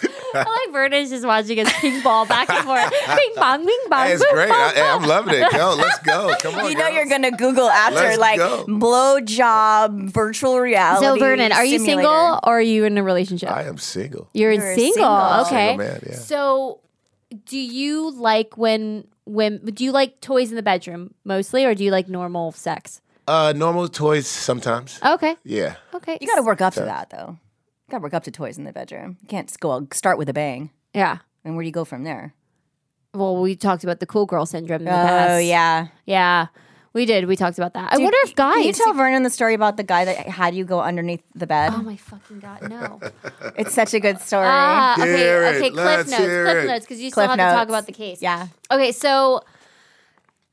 [SPEAKER 2] Oh
[SPEAKER 4] I like Vernon's just watching us ping ball back and forth, ping pong, ping pong.
[SPEAKER 2] Hey, it's
[SPEAKER 4] boom,
[SPEAKER 2] great.
[SPEAKER 4] bong,
[SPEAKER 2] I, hey, I'm loving it. Go, let's go. Come on.
[SPEAKER 5] you know
[SPEAKER 2] girls.
[SPEAKER 5] you're gonna Google after
[SPEAKER 2] Let's
[SPEAKER 5] like
[SPEAKER 2] go.
[SPEAKER 5] blowjob virtual reality.
[SPEAKER 4] So Vernon, are you
[SPEAKER 5] simulator.
[SPEAKER 4] single or are you in a relationship?
[SPEAKER 2] I am single.
[SPEAKER 4] You're,
[SPEAKER 5] You're
[SPEAKER 4] single.
[SPEAKER 5] single.
[SPEAKER 4] Okay.
[SPEAKER 2] Single man, yeah.
[SPEAKER 4] So do you like when when do you like toys in the bedroom mostly or do you like normal sex?
[SPEAKER 2] Uh, normal toys sometimes.
[SPEAKER 4] Okay.
[SPEAKER 2] Yeah.
[SPEAKER 4] Okay.
[SPEAKER 5] You got to work up to that though. You got to work up to toys in the bedroom. You can't just go out- start with a bang.
[SPEAKER 4] Yeah.
[SPEAKER 5] And where do you go from there?
[SPEAKER 4] Well, we talked about the cool girl syndrome in the past.
[SPEAKER 5] Oh yeah.
[SPEAKER 4] Yeah. We did. We talked about that. I
[SPEAKER 5] Dude,
[SPEAKER 4] wonder if guys
[SPEAKER 5] Can you tell Vernon the story about the guy that had you go underneath the bed?
[SPEAKER 4] Oh my fucking god, no.
[SPEAKER 5] It's such a good story.
[SPEAKER 4] Ah,
[SPEAKER 2] Hear
[SPEAKER 4] okay,
[SPEAKER 2] it.
[SPEAKER 4] okay, cliff
[SPEAKER 2] Let's
[SPEAKER 4] notes,
[SPEAKER 2] hear
[SPEAKER 4] cliff
[SPEAKER 2] it.
[SPEAKER 4] notes, because you
[SPEAKER 5] Cliff
[SPEAKER 4] still have to talk
[SPEAKER 5] notes.
[SPEAKER 4] about the case.
[SPEAKER 5] yeah.
[SPEAKER 4] Okay, so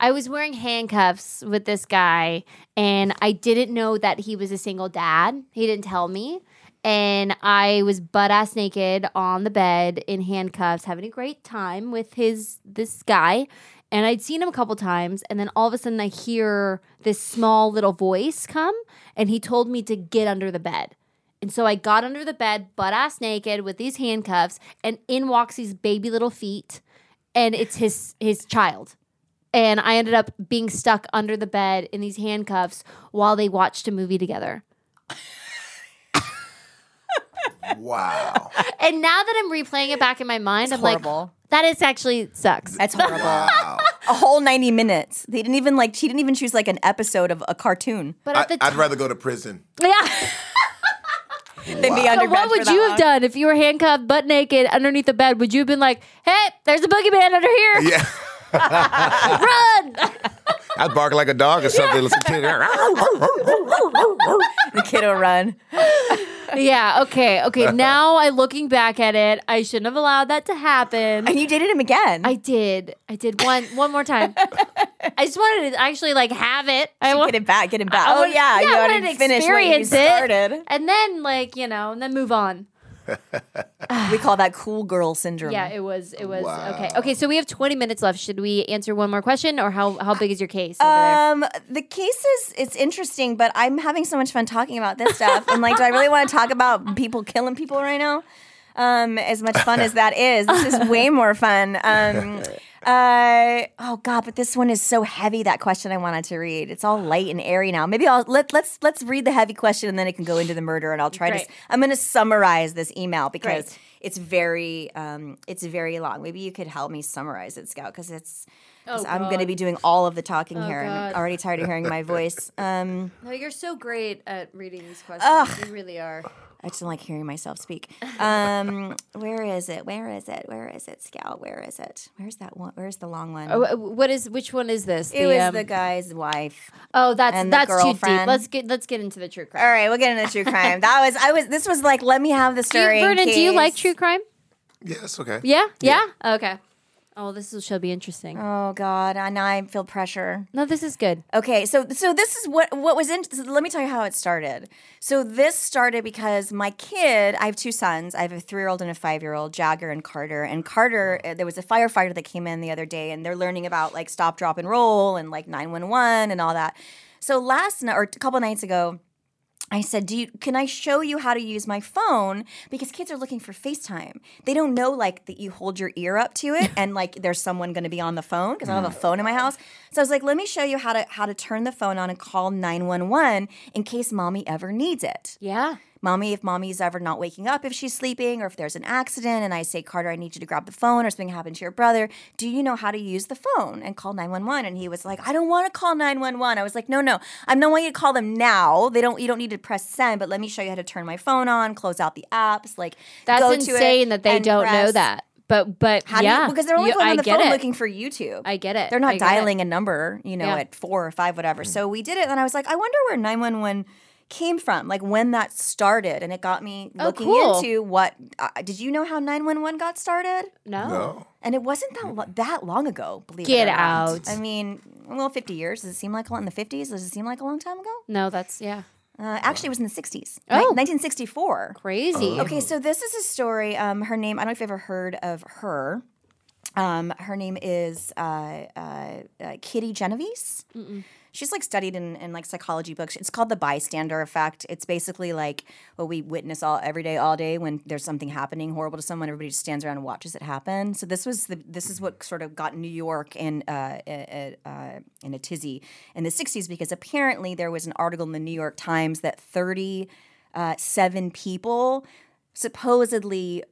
[SPEAKER 4] I was wearing handcuffs with this guy, and I didn't know that he was a single dad. He didn't tell me. And I was butt ass naked on the bed in handcuffs, having a great time with his this guy. And I'd seen him a couple times, and then all of a sudden I hear this small little voice come, and he told me to get under the bed. And so I got under the bed, butt ass naked, with these handcuffs, and in walks these baby little feet, and it's his his child. And I ended up being stuck under the bed in these handcuffs while they watched a movie together.
[SPEAKER 2] Wow.
[SPEAKER 4] And now that I'm replaying it back in my mind, I'm
[SPEAKER 5] horrible.
[SPEAKER 4] like, that is actually sucks.
[SPEAKER 5] That's horrible.
[SPEAKER 2] Wow.
[SPEAKER 5] A whole ninety minutes. They didn't even like. She didn't even choose like an episode of a cartoon.
[SPEAKER 4] But
[SPEAKER 2] I,
[SPEAKER 4] at the
[SPEAKER 2] I'd
[SPEAKER 4] time,
[SPEAKER 2] rather go to prison.
[SPEAKER 4] yeah.
[SPEAKER 5] Than be under
[SPEAKER 4] But what
[SPEAKER 5] bed for
[SPEAKER 4] would
[SPEAKER 5] that
[SPEAKER 4] you
[SPEAKER 5] long.
[SPEAKER 4] have done if you were handcuffed, butt naked, underneath the bed? Would you have been like, "Hey, there's a boogeyman under here,
[SPEAKER 2] Yeah.
[SPEAKER 4] run!"
[SPEAKER 2] I'd bark like a dog or something. Listen to it.
[SPEAKER 5] The kiddo run.
[SPEAKER 4] yeah. Okay. Okay. Now I looking back at it, I shouldn't have allowed that to happen.
[SPEAKER 5] And you dated him again.
[SPEAKER 4] I did. I did one one more time. I just wanted to actually like have it. I
[SPEAKER 5] get
[SPEAKER 4] wanted.
[SPEAKER 5] it back. Get it back.
[SPEAKER 4] I
[SPEAKER 5] oh
[SPEAKER 4] wanted-
[SPEAKER 5] yeah,
[SPEAKER 4] yeah, I
[SPEAKER 5] you
[SPEAKER 4] wanted
[SPEAKER 5] had
[SPEAKER 4] to
[SPEAKER 5] to finish what you
[SPEAKER 4] experience it.
[SPEAKER 5] started.
[SPEAKER 4] And then like you know, and then move on.
[SPEAKER 5] We call that cool girl syndrome.
[SPEAKER 4] Yeah, it was. It was
[SPEAKER 2] Wow.
[SPEAKER 4] okay. Okay, so we have twenty minutes left. Should we answer one more question, or how how big is your case over there?
[SPEAKER 5] um, the cases, it's interesting, but I'm having so much fun talking about this stuff. I'm like, do I really want to talk about people killing people right now? Um, as much fun as that is, this is way more fun. Um, uh, oh God, but this one is so heavy. That question I wanted to read. It's all light and airy now. Maybe I'll let let's let's read the heavy question and then it can go into the murder. And I'll try
[SPEAKER 4] Great.
[SPEAKER 5] to. I'm going to summarize this email because
[SPEAKER 4] Great.
[SPEAKER 5] it's very um, it's very long. Maybe you could help me summarize it, Scout, because it's.
[SPEAKER 4] Oh,
[SPEAKER 5] 'cause I'm going to be doing all of the talking here, and I'm already tired of hearing my voice. Um,
[SPEAKER 4] No, you're so great at reading these questions. You really are.
[SPEAKER 5] I just don't like hearing myself speak. Um, where is it? Where is it? Where is it, Scout? Where is it? Where's that one? Where's the long one?
[SPEAKER 4] Wh- Oh, uh, What is? Which one is this?
[SPEAKER 5] it was
[SPEAKER 4] um,
[SPEAKER 5] the guy's wife.
[SPEAKER 4] oh, that's
[SPEAKER 5] and the
[SPEAKER 4] that's too deep.
[SPEAKER 5] girlfriend.
[SPEAKER 4] Let's get let's get into the true crime.
[SPEAKER 5] All right, we'll get into true crime. That was I was. This was like, let me have the
[SPEAKER 4] Do you-
[SPEAKER 5] story. in
[SPEAKER 4] Vernon, do you like
[SPEAKER 5] case.
[SPEAKER 4] true crime?
[SPEAKER 2] Yeah, it's okay.
[SPEAKER 4] Yeah? yeah, Okay. Oh, this is, shall be interesting.
[SPEAKER 5] Oh God, I now I feel pressure.
[SPEAKER 4] no, this is good.
[SPEAKER 5] Okay, so so this is what what was in. so let me tell you how it started. So this started because my kid. I have two sons. I have a three year old and a five year old, Jagger and Carter. And Carter, uh, there was a firefighter that came in the other day, and they're learning about like stop, drop, and roll, and like nine one one, and all that. So last night or a couple nights ago. I said, "Do you can I show you how to use my phone because kids are looking for FaceTime. They don't know like that you hold your ear up to it and like there's someone going to be on the phone because I don't have a phone in my house. So I was like, "Let me show you how to how to turn the phone on and call 911 in case mommy ever needs it."
[SPEAKER 4] Yeah.
[SPEAKER 5] Mommy, if mommy's ever not waking up, if she's sleeping, or if there's an accident, and I say, Carter, I need you to grab the phone, or something happened to your brother, do you know how to use the phone and call 911? And he was like, I don't want to call 911. I was like, No, no, I don't want you to call them now. They don't, you don't need to press send, but let me show you how to turn my phone on, close out the apps, like
[SPEAKER 4] That's
[SPEAKER 5] go to it
[SPEAKER 4] insane that they
[SPEAKER 5] and
[SPEAKER 4] don't know
[SPEAKER 5] press-
[SPEAKER 4] that. But but
[SPEAKER 5] How do
[SPEAKER 4] yeah,
[SPEAKER 5] you, because they're only
[SPEAKER 4] You-
[SPEAKER 5] going
[SPEAKER 4] I
[SPEAKER 5] on the
[SPEAKER 4] get
[SPEAKER 5] phone
[SPEAKER 4] it.
[SPEAKER 5] looking for YouTube.
[SPEAKER 4] I get it.
[SPEAKER 5] They're
[SPEAKER 4] I
[SPEAKER 5] not
[SPEAKER 4] get it.
[SPEAKER 5] dialing a number, you know,
[SPEAKER 4] Yeah.
[SPEAKER 5] at four or five, whatever. So we did it. And I was like, I wonder where 911 came from, like when that started, and it got me
[SPEAKER 4] Oh,
[SPEAKER 5] looking
[SPEAKER 4] cool.
[SPEAKER 5] into what. Uh, did you know how nine one one got started?
[SPEAKER 4] No.
[SPEAKER 2] No.
[SPEAKER 5] And it wasn't that lo- that long ago. Believe
[SPEAKER 4] Get
[SPEAKER 5] it or not.
[SPEAKER 4] out.
[SPEAKER 5] I mean, well, fifty years. Does it seem like a lot in the fifties? Does it seem like a long time ago?
[SPEAKER 4] No, that's yeah.
[SPEAKER 5] Uh, actually, it was in the sixties.
[SPEAKER 4] Oh.
[SPEAKER 5] nineteen sixty four.
[SPEAKER 4] Crazy.
[SPEAKER 5] Okay, so this is a story. Um, her name, I don't know if you've ever heard of her. Um, her name is uh, uh, uh, Kitty Genovese. She's like studied in, in like psychology books. It's called the bystander effect. It's basically like what we witness all every day, all day when there's something happening horrible to someone. Everybody just stands around and watches it happen. So this was the this is what sort of got New York in uh, uh, uh, in a tizzy in the '60s because apparently there was an article in the New York Times that 37 people supposedly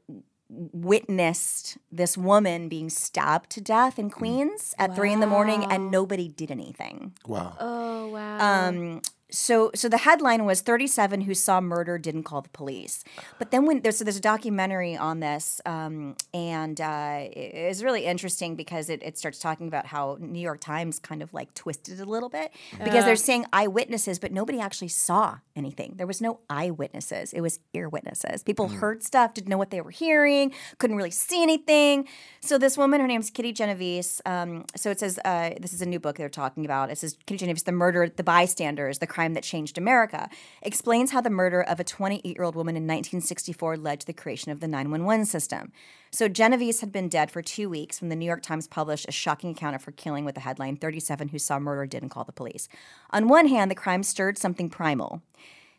[SPEAKER 5] witnessed this woman being stabbed to death in Queens at three in the morning, and nobody did anything.
[SPEAKER 2] Wow.
[SPEAKER 4] Oh wow.
[SPEAKER 5] Um, so, so the headline was 37 who saw murder didn't call the police. But then when there's so there's a documentary on this, um, and uh, it- it's really interesting because it, it starts talking about how New York Times kind of like twisted it a little bit because they're saying eyewitnesses, but nobody actually saw anything. There was no eyewitnesses; it was ear witnesses. People heard stuff, didn't know what they were hearing, couldn't really see anything. So this woman, her name's Kitty Genovese. Um, so it says uh, this is a new book they're talking about. It says Kitty Genovese, the murder, at the bystanders, the crime that changed America, explains how the murder of a 28-year-old woman in 1964 led to the creation of the 911 system. So Genovese had been dead for two weeks when the New York Times published a shocking account of her killing with the headline "37 Who Saw Murder Didn't Call the Police." On one hand, the crime stirred something primal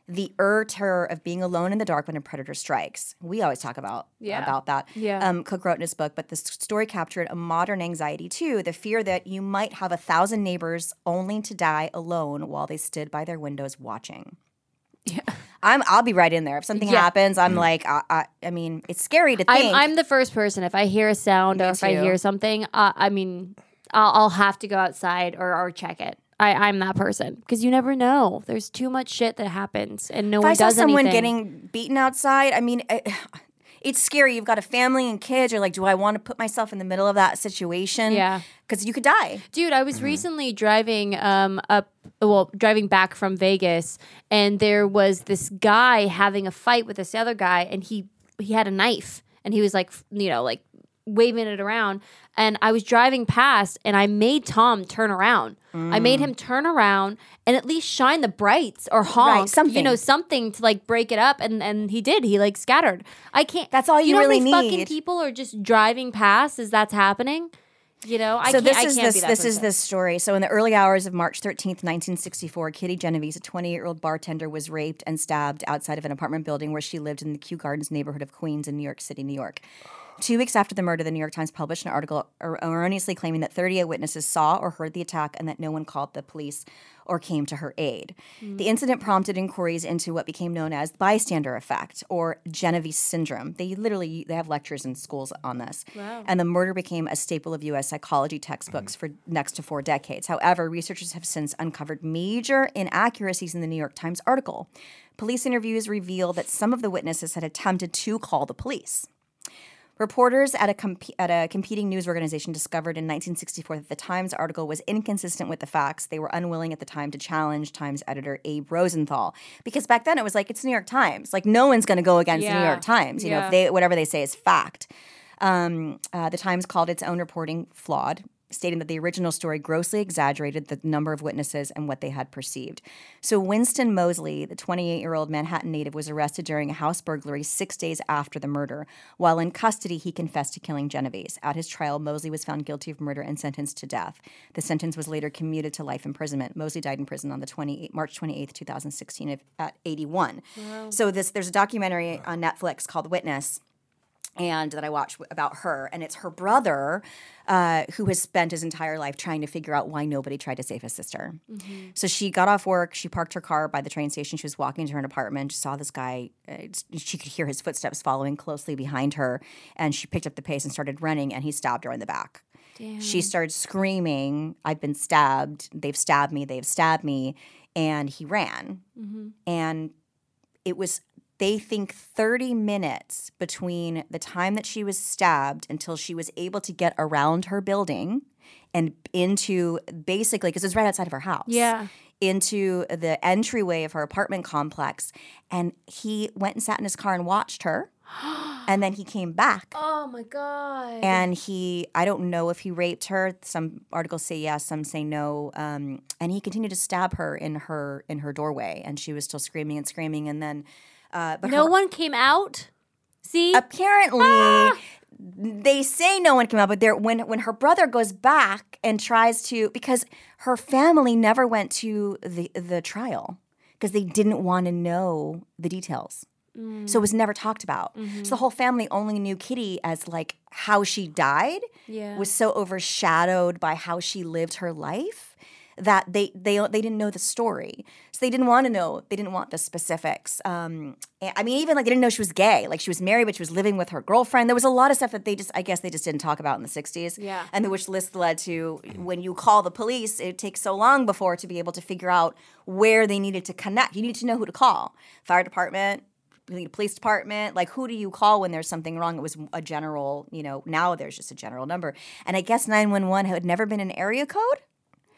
[SPEAKER 5] the er terror of being alone in the dark when a predator strikes. We always talk about about that.
[SPEAKER 4] Yeah.
[SPEAKER 5] Um, Cook wrote in his book, but the s- story captured a modern anxiety too: the fear that you might have a thousand neighbors only to die alone while they stood by their windows watching. Yeah. I'm. I'll be right in there. If something
[SPEAKER 4] Yeah.
[SPEAKER 5] happens, I'm like, I, I. I mean, it's scary to think.
[SPEAKER 4] I'm, I'm the first person. If I hear a sound or if I
[SPEAKER 5] too.
[SPEAKER 4] hear something, uh, I mean, I'll, I'll have to go outside or, or check it. I, I'm that person because you never know. There's too much shit that happens and no
[SPEAKER 5] if
[SPEAKER 4] one
[SPEAKER 5] I saw
[SPEAKER 4] does
[SPEAKER 5] someone
[SPEAKER 4] anything.
[SPEAKER 5] getting beaten outside, I mean, I, it's scary. You've got a family and kids. You're like, do I want to put myself in the middle of that situation?
[SPEAKER 4] Yeah.
[SPEAKER 5] Because you could die.
[SPEAKER 4] Dude, I was
[SPEAKER 5] Mm-hmm.
[SPEAKER 4] recently driving um up well, driving back from Vegas and there was this guy having a fight with this other guy and he he had a knife and he was like, f- you know, like waving it around and I was driving past and I made Tom turn around. I
[SPEAKER 5] Mm.
[SPEAKER 4] made him turn around and at least shine the brights or honk, you
[SPEAKER 5] something.
[SPEAKER 4] know, something to like break it up and and he did. He like scattered. I can't
[SPEAKER 5] That's all you
[SPEAKER 4] know how
[SPEAKER 5] really
[SPEAKER 4] many fucking
[SPEAKER 5] need.
[SPEAKER 4] people are just driving past as that's happening. You know, I
[SPEAKER 5] so
[SPEAKER 4] can't,
[SPEAKER 5] this
[SPEAKER 4] I
[SPEAKER 5] is
[SPEAKER 4] can't
[SPEAKER 5] this
[SPEAKER 4] be that
[SPEAKER 5] this is
[SPEAKER 4] person.
[SPEAKER 5] this story. So in the early hours of March 13th, 1964, Kitty Genovese, a 28-year-old bartender, was raped and stabbed outside of an apartment building where she lived in the Kew Gardens neighborhood of Queens in New York City, New York. Two weeks after the murder, the New York Times published an article er- erroneously claiming that 30 witnesses saw or heard the attack and that no one called the police or came to her aid.
[SPEAKER 4] Hmm.
[SPEAKER 5] The incident prompted inquiries into what became known as the bystander effect or Genovese syndrome. They literally they have lectures in schools on this. And the murder became a staple of US psychology textbooks for next to 4 decades. However, researchers have since uncovered major inaccuracies in the New York Times article. Police interviews reveal that some of the witnesses had attempted to call the police. Reporters at a, comp- at a competing news organization discovered in 1964 that the Times article was inconsistent with the facts. They were unwilling at the time to challenge Times editor Abe Rosenthal because back then it was like it's New York Times, like no one's going to go against the New
[SPEAKER 4] Yeah.
[SPEAKER 5] York Times. You know,
[SPEAKER 4] Yeah.
[SPEAKER 5] if they whatever they say is fact. Um, uh, the Times called its own reporting flawed, stating that the original story grossly exaggerated the number of witnesses and what they had perceived. So, Winston Mosley, the 28 year old Manhattan native, was arrested during a house burglary six days after the murder. While in custody, he confessed to killing Genovese. At his trial, Mosley was found guilty of murder and sentenced to death. The sentence was later commuted to life imprisonment. Mosley died in prison on the 28, March 28th, 2016, of- at 81. So, this there's a documentary on Netflix called Witness and that I watch w- about her, and it's her brother uh, who has spent his entire life trying to figure out why nobody tried to save his sister. So she got off work, she parked her car by the train station, she was walking to her apartment, she saw this guy, uh, s- she could hear his footsteps following closely behind her, and she picked up the pace and started running, and he stabbed her in the back. She started screaming, I've been stabbed, they've stabbed me, they've stabbed me, and he ran. And it was they think 30 minutes between the time that she was stabbed until she was able to get around her building and into basically because it was right outside of her house
[SPEAKER 4] Yeah.
[SPEAKER 5] into the entryway of her apartment complex and he went and sat in his car and watched her. and then he came back
[SPEAKER 4] Oh my god.
[SPEAKER 5] and he i don't know if he raped her some articles say yes some say no um, and he continued to stab her in her in her doorway and she was still screaming and screaming and then uh, but
[SPEAKER 4] no
[SPEAKER 5] her-
[SPEAKER 4] one came out. See,
[SPEAKER 5] apparently
[SPEAKER 4] Ah!
[SPEAKER 5] they say no one came out but there when when her brother goes back and tries to because her family never went to the the trial because they didn't want to know the details so it was never talked about
[SPEAKER 4] Mm-hmm.
[SPEAKER 5] so the whole family only knew kitty as like how she died
[SPEAKER 4] Yeah.
[SPEAKER 5] was so overshadowed by how she lived her life that they they they didn't know the story, so they didn't want to know. They didn't want the specifics. Um, a- I mean, even like they didn't know she was gay. Like she was married, but she was living with her girlfriend. There was a lot of stuff that they just, I guess, they just didn't talk about in the '60s.
[SPEAKER 4] Yeah.
[SPEAKER 5] and the which list led to when you call the police, it takes so long before to be able to figure out where they needed to connect. You need to know who to call: fire department, you need a police department like who do you call when there's something wrong it was a general you know now there's just a general number and i guess 911 had never been an area code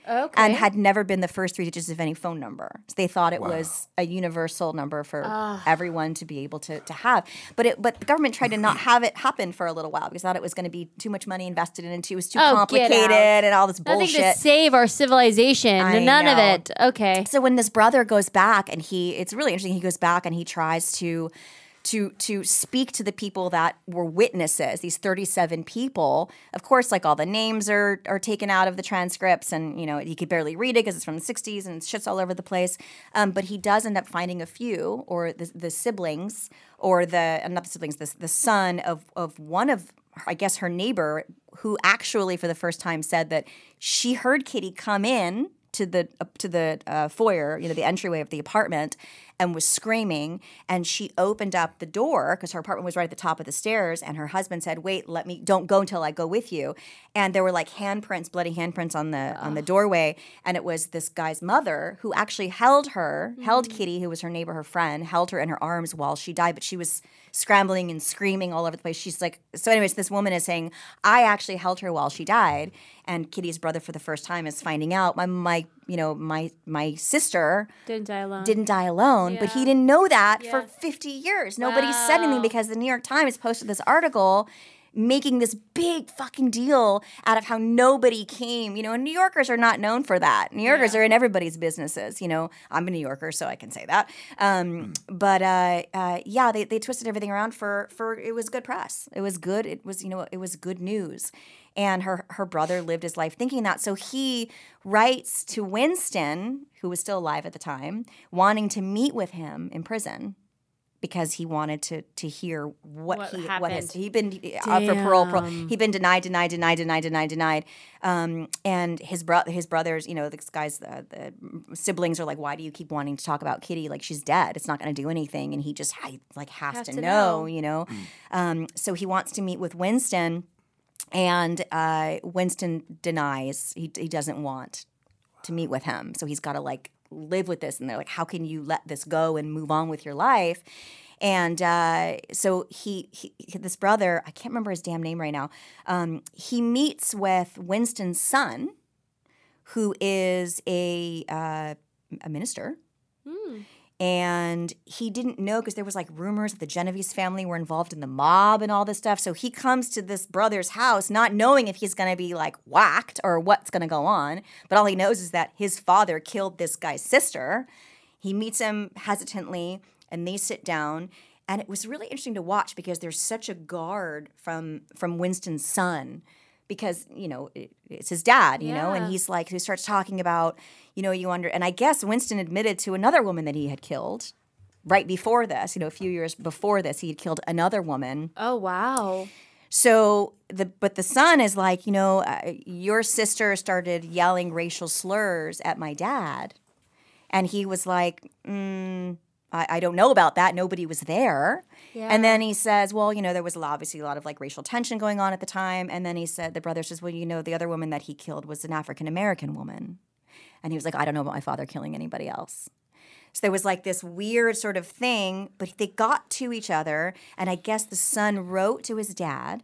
[SPEAKER 4] okay.
[SPEAKER 5] and had never been the first three digits of any phone number so they thought it was a universal number for everyone to be able to, to have but it but the government tried to not have it happen for a little while because they thought it was going to be too much money invested in it it was too
[SPEAKER 4] Oh, get out.
[SPEAKER 5] complicated and all this
[SPEAKER 4] Nothing
[SPEAKER 5] bullshit
[SPEAKER 4] to save our civilization.
[SPEAKER 5] I
[SPEAKER 4] None of
[SPEAKER 5] know.
[SPEAKER 4] it. Okay.
[SPEAKER 5] so when this brother goes back and he it's really interesting he goes back and he tries to to to speak to the people that were witnesses these 37 people of course like all the names are are taken out of the transcripts and you know he could barely read it because it's from the 60s and shit's all over the place um, but he does end up finding a few or the, the siblings or the uh, not the siblings the, the son of of one of I guess her neighbor, who actually for the first time said that she heard Kitty come in to the up to the uh, foyer, you know, the entryway of the apartment, and was screaming. And she opened up the door because her apartment was right at the top of the stairs. And her husband said, "Wait, let me. Don't go until I go with you." And there were like handprints, bloody handprints on the on the doorway. And it was this guy's mother who actually held her, held Kitty, who was her neighbor, her friend, held her in her arms while she died. But she was scrambling and screaming all over the place. She's like, so, anyways, this woman is saying, I actually held her while she died. And Kitty's brother, for the first time, is finding out my, my you know, my my sister
[SPEAKER 4] Didn't die alone.
[SPEAKER 5] didn't die alone, but he didn't know that for 50 years. Nobody said anything because the New York Times posted this article making this big fucking deal out of how nobody came. You know, and New Yorkers are not known for that. New Yorkers are in everybody's businesses. You know, I'm a New Yorker, so I can say that. Um, But uh, uh, yeah, they, they twisted everything around for for it was good press. It was good. It was you know it was good news and her her brother lived his life thinking that. So he writes to Winston, who was still alive at the time, wanting to meet with him in prison because he wanted to to hear what,
[SPEAKER 4] What
[SPEAKER 5] he what his,
[SPEAKER 4] happened.
[SPEAKER 5] he'd been out for parole, parole. He'd been denied, denied, denied, denied, denied, denied. Um, and his brother, his brothers, you know, this guy's uh, the siblings are like, why do you keep wanting to talk about Kitty? Like she's dead. It's not going to do anything. And he just I, like has, to,
[SPEAKER 4] to
[SPEAKER 5] know,
[SPEAKER 4] know.
[SPEAKER 5] you know. Um, so he wants to meet with Winston. And uh, Winston denies he, he doesn't want to meet with him. So he's got to like live with this. And they're like, how can you let this go and move on with your life? And uh, so he, he, this brother, I can't remember his damn name right now, um, he meets with Winston's son, who is a, uh, a minister and he didn't know because there was like rumors that the Genovese family were involved in the mob and all this stuff. So he comes to this brother's house not knowing if he's going to be like whacked or what's going to go on. But all he knows is that his father killed this guy's sister. He meets him hesitantly and they sit down and it was really interesting to watch because there's such a guard from from Winston's son because you know it, it's his dad you know and he's like he starts talking about you know you under and i guess winston admitted to another woman that he had killed right before this you know a few years before this he had killed another woman
[SPEAKER 4] oh wow.
[SPEAKER 5] so the but the son is like you know uh, your sister started yelling racial slurs at my dad and he was like mm, I, I don't know about that nobody was there and then he says well you know there was a lot- obviously a lot of like racial tension going on at the time and then he said the brother says well you know the other woman that he killed was an african american woman and he was like i don't know about my father killing anybody else so there was like this weird sort of thing, but they got to each other. And I guess the son wrote to his dad,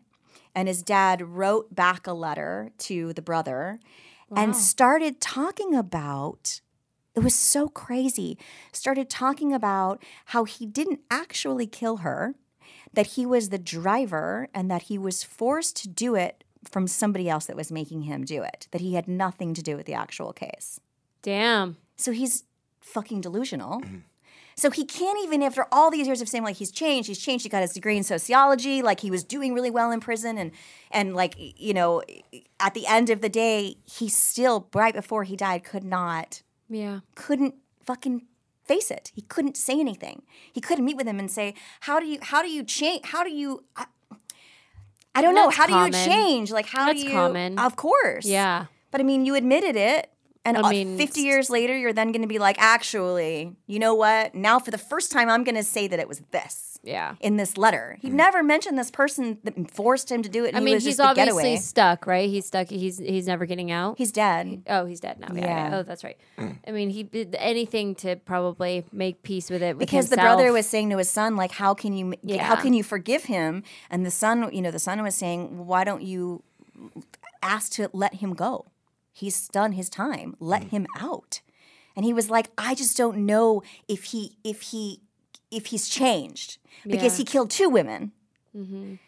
[SPEAKER 5] and his dad wrote back a letter to the brother and started talking about It was so crazy. Started talking about how he didn't actually kill her, that he was the driver and that he was forced to do it from somebody else that was making him do it, that he had nothing to do with the actual case.
[SPEAKER 4] Damn.
[SPEAKER 5] So he's fucking delusional. So he can't even, after all these years of saying like he's changed, he's changed. He got his degree in sociology, like he was doing really well in prison, and and like you know, at the end of the day, he still right before he died could not
[SPEAKER 4] Yeah.
[SPEAKER 5] couldn't fucking face it. He couldn't say anything. He couldn't meet with him and say, "How do you? How do you change? How do you?" I, I don't know.
[SPEAKER 4] That's
[SPEAKER 5] How do
[SPEAKER 4] common.
[SPEAKER 5] you change? Like how
[SPEAKER 4] That's
[SPEAKER 5] do you?
[SPEAKER 4] common.
[SPEAKER 5] Of course.
[SPEAKER 4] Yeah.
[SPEAKER 5] But I mean, you admitted it. And
[SPEAKER 4] I
[SPEAKER 5] uh,
[SPEAKER 4] mean,
[SPEAKER 5] 50 years later, you're then going to be like, actually, you know what? Now, for the first time, I'm going to say that it was this
[SPEAKER 4] Yeah.
[SPEAKER 5] in this letter. He never mentioned this person that forced him to do it. And
[SPEAKER 4] Hmm. I
[SPEAKER 5] he
[SPEAKER 4] mean,
[SPEAKER 5] was just
[SPEAKER 4] he's
[SPEAKER 5] the
[SPEAKER 4] obviously
[SPEAKER 5] getaway.
[SPEAKER 4] stuck, right? He's stuck. He's he's never getting out.
[SPEAKER 5] He's dead.
[SPEAKER 4] oh, he's dead now. Yeah. yeah.
[SPEAKER 5] Yeah.
[SPEAKER 4] Oh, that's right. I mean, he did anything to probably make peace with it with
[SPEAKER 5] because the
[SPEAKER 4] himself.
[SPEAKER 5] brother was saying to his son like how can you how
[SPEAKER 4] Yeah.
[SPEAKER 5] can you forgive him and the son you know the son was saying why don't you ask to let him go he's done his time let
[SPEAKER 4] Mm.
[SPEAKER 5] him out and he was like i just don't know if he if he if he's changed because
[SPEAKER 4] Yeah. Mm-hmm.
[SPEAKER 5] he killed two women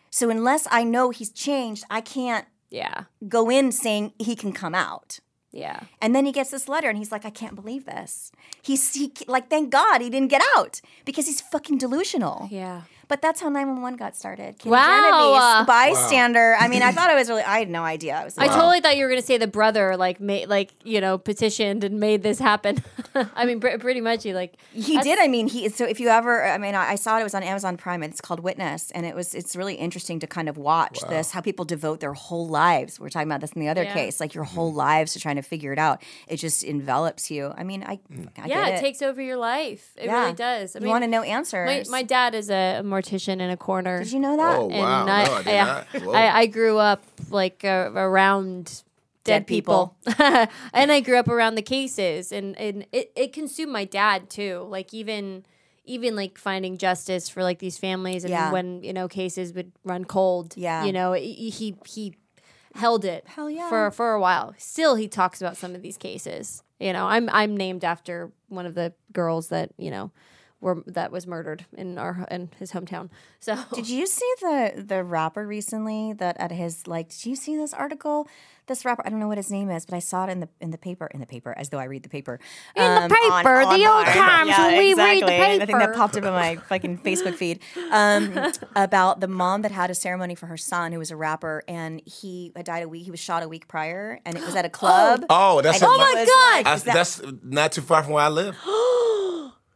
[SPEAKER 5] so unless i know he's changed i can't
[SPEAKER 4] Yeah.
[SPEAKER 5] go in saying he can come out
[SPEAKER 4] Yeah.
[SPEAKER 5] and then he gets this letter and he's like, I can't believe this. He's he, like, thank God he didn't get out because he's fucking delusional.
[SPEAKER 4] Yeah.
[SPEAKER 5] But that's how 911 got started. Kim
[SPEAKER 4] Wow.
[SPEAKER 5] Genovese, bystander. I mean, I thought it was really, I had no idea. I was
[SPEAKER 4] I
[SPEAKER 5] like,
[SPEAKER 4] totally thought you were going to say the brother like made like you know petitioned and made this happen. I mean, pr- pretty much he like
[SPEAKER 5] he did. I mean, he, so if you ever, I mean, I, I saw it, it was on Amazon Prime and it's called Witness. And it was, it's really interesting to kind of watch this, how people devote their whole lives. We We're talking about this in the other
[SPEAKER 4] Yeah.
[SPEAKER 5] case, like your whole lives to trying to figure it out. It just envelops you. I mean, I, I
[SPEAKER 4] yeah,
[SPEAKER 5] get
[SPEAKER 4] it.
[SPEAKER 5] it.
[SPEAKER 4] takes over your life. It
[SPEAKER 5] Yeah.
[SPEAKER 4] really does. I
[SPEAKER 5] you
[SPEAKER 4] mean,
[SPEAKER 5] want to know
[SPEAKER 4] my,
[SPEAKER 5] answers.
[SPEAKER 4] my dad is a mortician in a corner.
[SPEAKER 5] Did you know that?
[SPEAKER 2] Oh,
[SPEAKER 4] I,
[SPEAKER 2] wow. No, I did
[SPEAKER 4] yeah,
[SPEAKER 2] not. Whoa.
[SPEAKER 4] I, I grew up like uh, around dead,
[SPEAKER 5] Dead
[SPEAKER 4] people, and I grew up around the cases, and and it, it consumed my dad too. Like even even like finding justice for like these families, and
[SPEAKER 5] Yeah.
[SPEAKER 4] when you know cases would run cold.
[SPEAKER 5] Yeah.
[SPEAKER 4] you know he he. he Held it
[SPEAKER 5] Hell yeah.
[SPEAKER 4] for for a while. Still, he talks about some of these cases. You know, I'm I'm named after one of the girls that you know were that was murdered in our in his hometown. So
[SPEAKER 5] Did you see the the rapper recently that at his like did you see this article? This rapper, I don't know what his name is, but I saw it in the in the paper in the paper as though I read the paper. Um, In
[SPEAKER 4] the paper, the old times when we read the
[SPEAKER 5] I think that
[SPEAKER 4] paper.
[SPEAKER 5] popped up in my fucking Facebook feed um, about the mom that had a ceremony for her son who was a rapper and he had died a week. He was shot a week prior and it was at a club.
[SPEAKER 2] Oh, that's
[SPEAKER 5] And it
[SPEAKER 2] a- Oh my
[SPEAKER 5] was
[SPEAKER 4] God.
[SPEAKER 5] like-
[SPEAKER 2] I, that's not too far from where I live.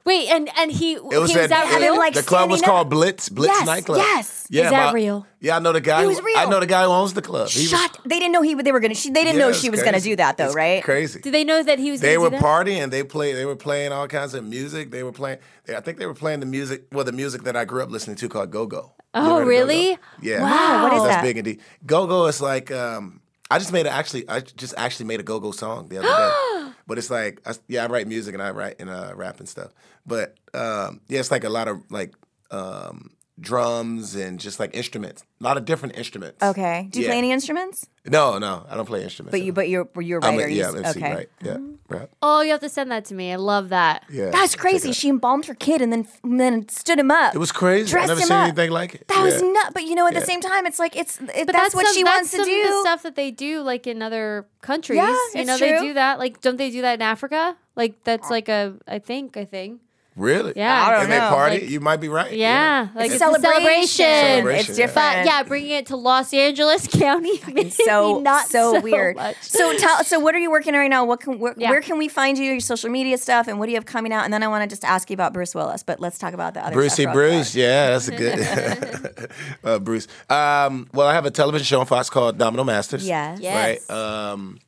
[SPEAKER 4] Wait, and and he
[SPEAKER 2] It was
[SPEAKER 4] he was
[SPEAKER 2] at
[SPEAKER 4] out
[SPEAKER 2] the,
[SPEAKER 4] real?
[SPEAKER 5] like,
[SPEAKER 2] the club was
[SPEAKER 5] standing
[SPEAKER 2] called Blitz Blitz
[SPEAKER 5] Yes,
[SPEAKER 2] nightclub.
[SPEAKER 5] yes.
[SPEAKER 2] yeah,
[SPEAKER 4] Is that
[SPEAKER 2] my-
[SPEAKER 4] real?
[SPEAKER 2] Yeah, I know the guy.
[SPEAKER 5] It was
[SPEAKER 2] who- I
[SPEAKER 5] real.
[SPEAKER 2] know the guy who owns the club. He was-
[SPEAKER 5] shot. They didn't know he. They were gonna. She, they didn't
[SPEAKER 2] Yeah,
[SPEAKER 5] know
[SPEAKER 2] it's
[SPEAKER 5] she was
[SPEAKER 2] crazy.
[SPEAKER 5] gonna do that though,
[SPEAKER 2] It's
[SPEAKER 5] right?
[SPEAKER 2] Crazy.
[SPEAKER 4] Did they know that he was?
[SPEAKER 2] They
[SPEAKER 4] gonna
[SPEAKER 2] were
[SPEAKER 4] do that?
[SPEAKER 2] partying. They played. They were playing all kinds of music. They were playing. They, I think they were playing the music. Well, the music that I grew up listening to called Go Go.
[SPEAKER 4] Oh, really?
[SPEAKER 2] Yeah.
[SPEAKER 5] Wow, what is
[SPEAKER 2] That's
[SPEAKER 5] that?
[SPEAKER 2] big and deep. Go Go is like. Um, I just made a, actually. I just actually made a Go Go song the other day. But it's like, I, yeah, I write music and I write and uh, rap and stuff. But um, yeah, it's like a lot of like um, drums and just like instruments. A lot of different instruments.
[SPEAKER 5] Okay. Do you play
[SPEAKER 2] Yeah.
[SPEAKER 5] any instruments?
[SPEAKER 2] No, no, I don't play instruments.
[SPEAKER 5] But you. But you're. You're a
[SPEAKER 2] I'm
[SPEAKER 5] writer.
[SPEAKER 2] a,
[SPEAKER 5] you
[SPEAKER 2] yeah,
[SPEAKER 5] s-
[SPEAKER 2] MC,
[SPEAKER 5] okay. Mm-hmm.
[SPEAKER 2] right? Yeah, rap.
[SPEAKER 4] Oh, you have to send that to me. I love that.
[SPEAKER 2] Yeah,
[SPEAKER 5] That's
[SPEAKER 2] check
[SPEAKER 5] crazy.
[SPEAKER 2] it out.
[SPEAKER 5] She embalmed her kid and then and then stood him up.
[SPEAKER 2] It was crazy.
[SPEAKER 5] Dressed
[SPEAKER 2] I never
[SPEAKER 5] him
[SPEAKER 2] seen
[SPEAKER 5] up.
[SPEAKER 2] anything like it.
[SPEAKER 5] That was
[SPEAKER 2] Yeah.
[SPEAKER 5] nuts. But you know, at the
[SPEAKER 2] Yeah.
[SPEAKER 5] same time, it's like it's it, that's,
[SPEAKER 4] But that's,
[SPEAKER 5] what
[SPEAKER 4] some-
[SPEAKER 5] she
[SPEAKER 4] that's
[SPEAKER 5] wants to
[SPEAKER 4] some of the
[SPEAKER 5] do.
[SPEAKER 4] stuff that they do, like in other countries.
[SPEAKER 5] Yeah,
[SPEAKER 4] you
[SPEAKER 5] it's
[SPEAKER 4] know they
[SPEAKER 5] true.
[SPEAKER 4] do that. Like, don't they do that in Africa? Like, that's like a I think a thing.
[SPEAKER 2] Really?
[SPEAKER 4] Yeah. I don't
[SPEAKER 2] And they
[SPEAKER 5] know,
[SPEAKER 2] party.
[SPEAKER 4] like-
[SPEAKER 2] you might be right.
[SPEAKER 4] Yeah, like
[SPEAKER 5] It's
[SPEAKER 4] it's,
[SPEAKER 5] a
[SPEAKER 4] a celebration.
[SPEAKER 5] celebration.
[SPEAKER 2] It's
[SPEAKER 4] But
[SPEAKER 5] different.
[SPEAKER 4] yeah, bringing it to Los Angeles County, maybe
[SPEAKER 5] so
[SPEAKER 4] not
[SPEAKER 5] so, weird.
[SPEAKER 4] much.
[SPEAKER 5] So tell so what are you working on right now? What can where,
[SPEAKER 4] Yeah.
[SPEAKER 5] where can we find you? Your social media stuff and what do you have coming out? And then I want to just ask you about Bruce Willis, but let's talk about the other
[SPEAKER 2] Brucey
[SPEAKER 5] stuff real
[SPEAKER 2] Bruce,
[SPEAKER 5] quick.
[SPEAKER 2] yeah, that's a good uh, Bruce. Um, well, I have a television show on Fox called Domino Masters.
[SPEAKER 5] Yes.
[SPEAKER 4] Yes.
[SPEAKER 2] Right. Um,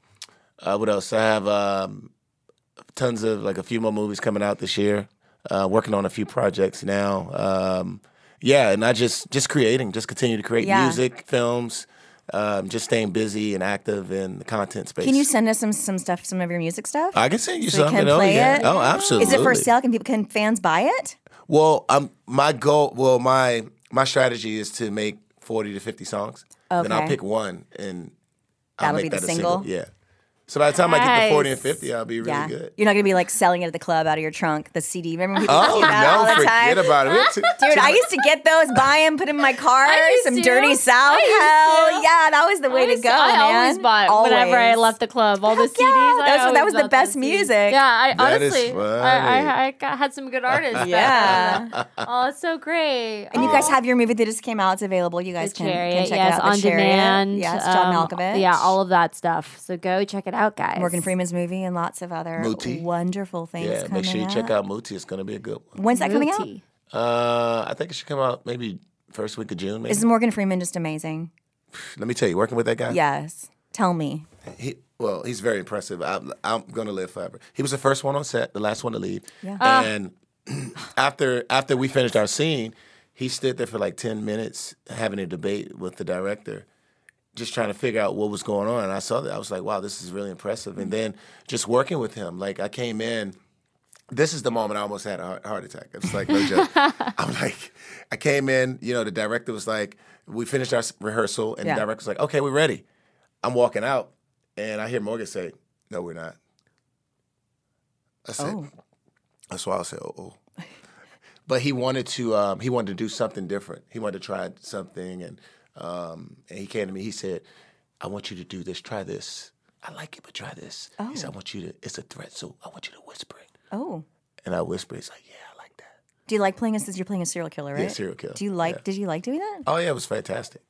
[SPEAKER 2] uh, what else? I have um, tons of like a few more movies coming out this year. Uh, working on a few projects now. Um, yeah, and I just just creating, just continue to create
[SPEAKER 5] Yeah.
[SPEAKER 2] music, films, um, just staying busy and active in the content space.
[SPEAKER 5] Can you send us some some stuff, some of your music stuff?
[SPEAKER 2] I can send you
[SPEAKER 5] so we
[SPEAKER 2] something.
[SPEAKER 5] can
[SPEAKER 2] oh
[SPEAKER 5] play
[SPEAKER 2] yeah.
[SPEAKER 5] it.
[SPEAKER 2] Oh, absolutely.
[SPEAKER 5] Is it for sale? Can people can fans buy it?
[SPEAKER 2] Well, um, my goal, well, my my strategy is to make forty to fifty songs. Then I'll
[SPEAKER 5] Okay.
[SPEAKER 2] pick one and I'll
[SPEAKER 5] That'll
[SPEAKER 2] make
[SPEAKER 5] be the
[SPEAKER 2] that a
[SPEAKER 5] single?
[SPEAKER 2] Yeah, So by the time I get
[SPEAKER 4] Nice.
[SPEAKER 2] to 40 and 50, I'll be really
[SPEAKER 5] yeah,
[SPEAKER 2] good.
[SPEAKER 5] you're not gonna be like selling it at the club out of your trunk. The CD, remember? People
[SPEAKER 2] Oh,
[SPEAKER 5] do that all
[SPEAKER 2] no,
[SPEAKER 5] the
[SPEAKER 2] forget
[SPEAKER 5] time?
[SPEAKER 2] about it. We had too-
[SPEAKER 5] Dude,
[SPEAKER 2] too
[SPEAKER 5] I
[SPEAKER 2] much-
[SPEAKER 5] used to get those, buy them, put 'em in my car,
[SPEAKER 4] used
[SPEAKER 5] some
[SPEAKER 4] to.
[SPEAKER 5] dirty South.
[SPEAKER 4] I used
[SPEAKER 5] Hell
[SPEAKER 4] to.
[SPEAKER 5] yeah, that was the way
[SPEAKER 4] I
[SPEAKER 5] to
[SPEAKER 4] used
[SPEAKER 5] go.
[SPEAKER 4] I always
[SPEAKER 5] man.
[SPEAKER 4] bought whenever I
[SPEAKER 5] Always.
[SPEAKER 4] left the club. All the CDs.
[SPEAKER 5] yeah.
[SPEAKER 4] I
[SPEAKER 5] That was- that
[SPEAKER 4] always
[SPEAKER 5] was the
[SPEAKER 4] bought
[SPEAKER 5] best
[SPEAKER 4] those
[SPEAKER 5] music.
[SPEAKER 4] CDs. Yeah, I
[SPEAKER 2] That is
[SPEAKER 4] honestly, I,
[SPEAKER 2] funny.
[SPEAKER 4] I, I got, had some good artists.
[SPEAKER 5] Yeah.
[SPEAKER 4] back then. Oh, it's so great.
[SPEAKER 5] And you
[SPEAKER 4] Oh.
[SPEAKER 5] guys have your movie that just came out. It's available. You guys
[SPEAKER 4] The
[SPEAKER 5] can,
[SPEAKER 4] Chariot,
[SPEAKER 5] can check
[SPEAKER 4] yes,
[SPEAKER 5] it out.
[SPEAKER 4] on
[SPEAKER 5] the Chariot.
[SPEAKER 4] demand.
[SPEAKER 5] Yes, John
[SPEAKER 4] um,
[SPEAKER 5] Malkovich.
[SPEAKER 4] Yeah, all of that stuff. So go check it out, guys.
[SPEAKER 5] Morgan Freeman's movie and lots of other
[SPEAKER 2] Muti.
[SPEAKER 5] wonderful things.
[SPEAKER 2] Yeah,
[SPEAKER 5] coming
[SPEAKER 2] make sure you
[SPEAKER 5] out.
[SPEAKER 2] check out Muti. It's going to be a good one.
[SPEAKER 5] When's that coming out?
[SPEAKER 4] Mooty.
[SPEAKER 2] Uh, I think it should come out maybe first week of June. Maybe.
[SPEAKER 5] Is Morgan Freeman just amazing?
[SPEAKER 2] Let me tell you, working with that guy.
[SPEAKER 5] Yes. Tell me.
[SPEAKER 2] He, well, he's very impressive. I'm, I'm going to live forever. He was the first one on set, the last one to leave.
[SPEAKER 5] Yeah.
[SPEAKER 2] And after after we finished our scene, he stood there for like 10 minutes having a debate with the director, just trying to figure out what was going on. And I saw that. I was like, wow, this is really impressive. And then just working with him, like I came in. This is the moment I almost had a heart, heart attack. It's like no joke. I'm like, I came in. You know, the director was like, we finished our s- rehearsal, and
[SPEAKER 5] Yeah.
[SPEAKER 2] the director was like, okay, we're ready. I'm walking out, and I hear Morgan say, "No, we're not." I said,
[SPEAKER 5] Oh.
[SPEAKER 2] "That's why I said, oh." oh. but he wanted to. Um, he wanted to do something different. He wanted to try something, and um, and he came to me. He said, "I want you to do this. Try this. I like it, but try this." He said, "I want you to. It's a threat, so I want you to whisper it."
[SPEAKER 5] Oh.
[SPEAKER 2] And I whisper. He's like, "Yeah, I like that."
[SPEAKER 5] Do you like playing as you're playing a serial killer, right?
[SPEAKER 2] serial killer.
[SPEAKER 5] Do you like
[SPEAKER 2] Yeah.
[SPEAKER 5] did you like doing that?
[SPEAKER 2] Oh yeah, it was fantastic.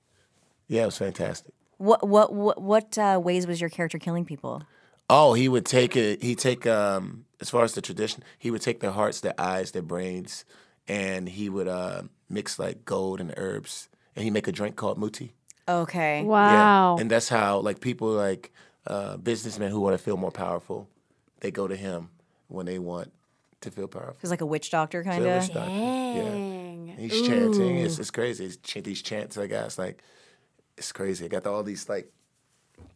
[SPEAKER 2] Yeah, it was fantastic.
[SPEAKER 5] What what what, what uh, ways was your character killing people?
[SPEAKER 2] Oh, he would take it. He take um as far as the tradition, he would take their hearts, their eyes, their brains, and he would uh, mix like gold and herbs, and he make a drink called muti.
[SPEAKER 5] Okay.
[SPEAKER 4] Wow.
[SPEAKER 2] and that's how like people like uh, businessmen who want to feel more powerful, they go to him when they want to feel powerful.
[SPEAKER 5] It was like a witch doctor kind
[SPEAKER 2] Village
[SPEAKER 5] of.
[SPEAKER 2] doctor. Yeah. He's chanting. It's, it's crazy. He's ch- these chants I got. It's like, it's crazy. I got all these like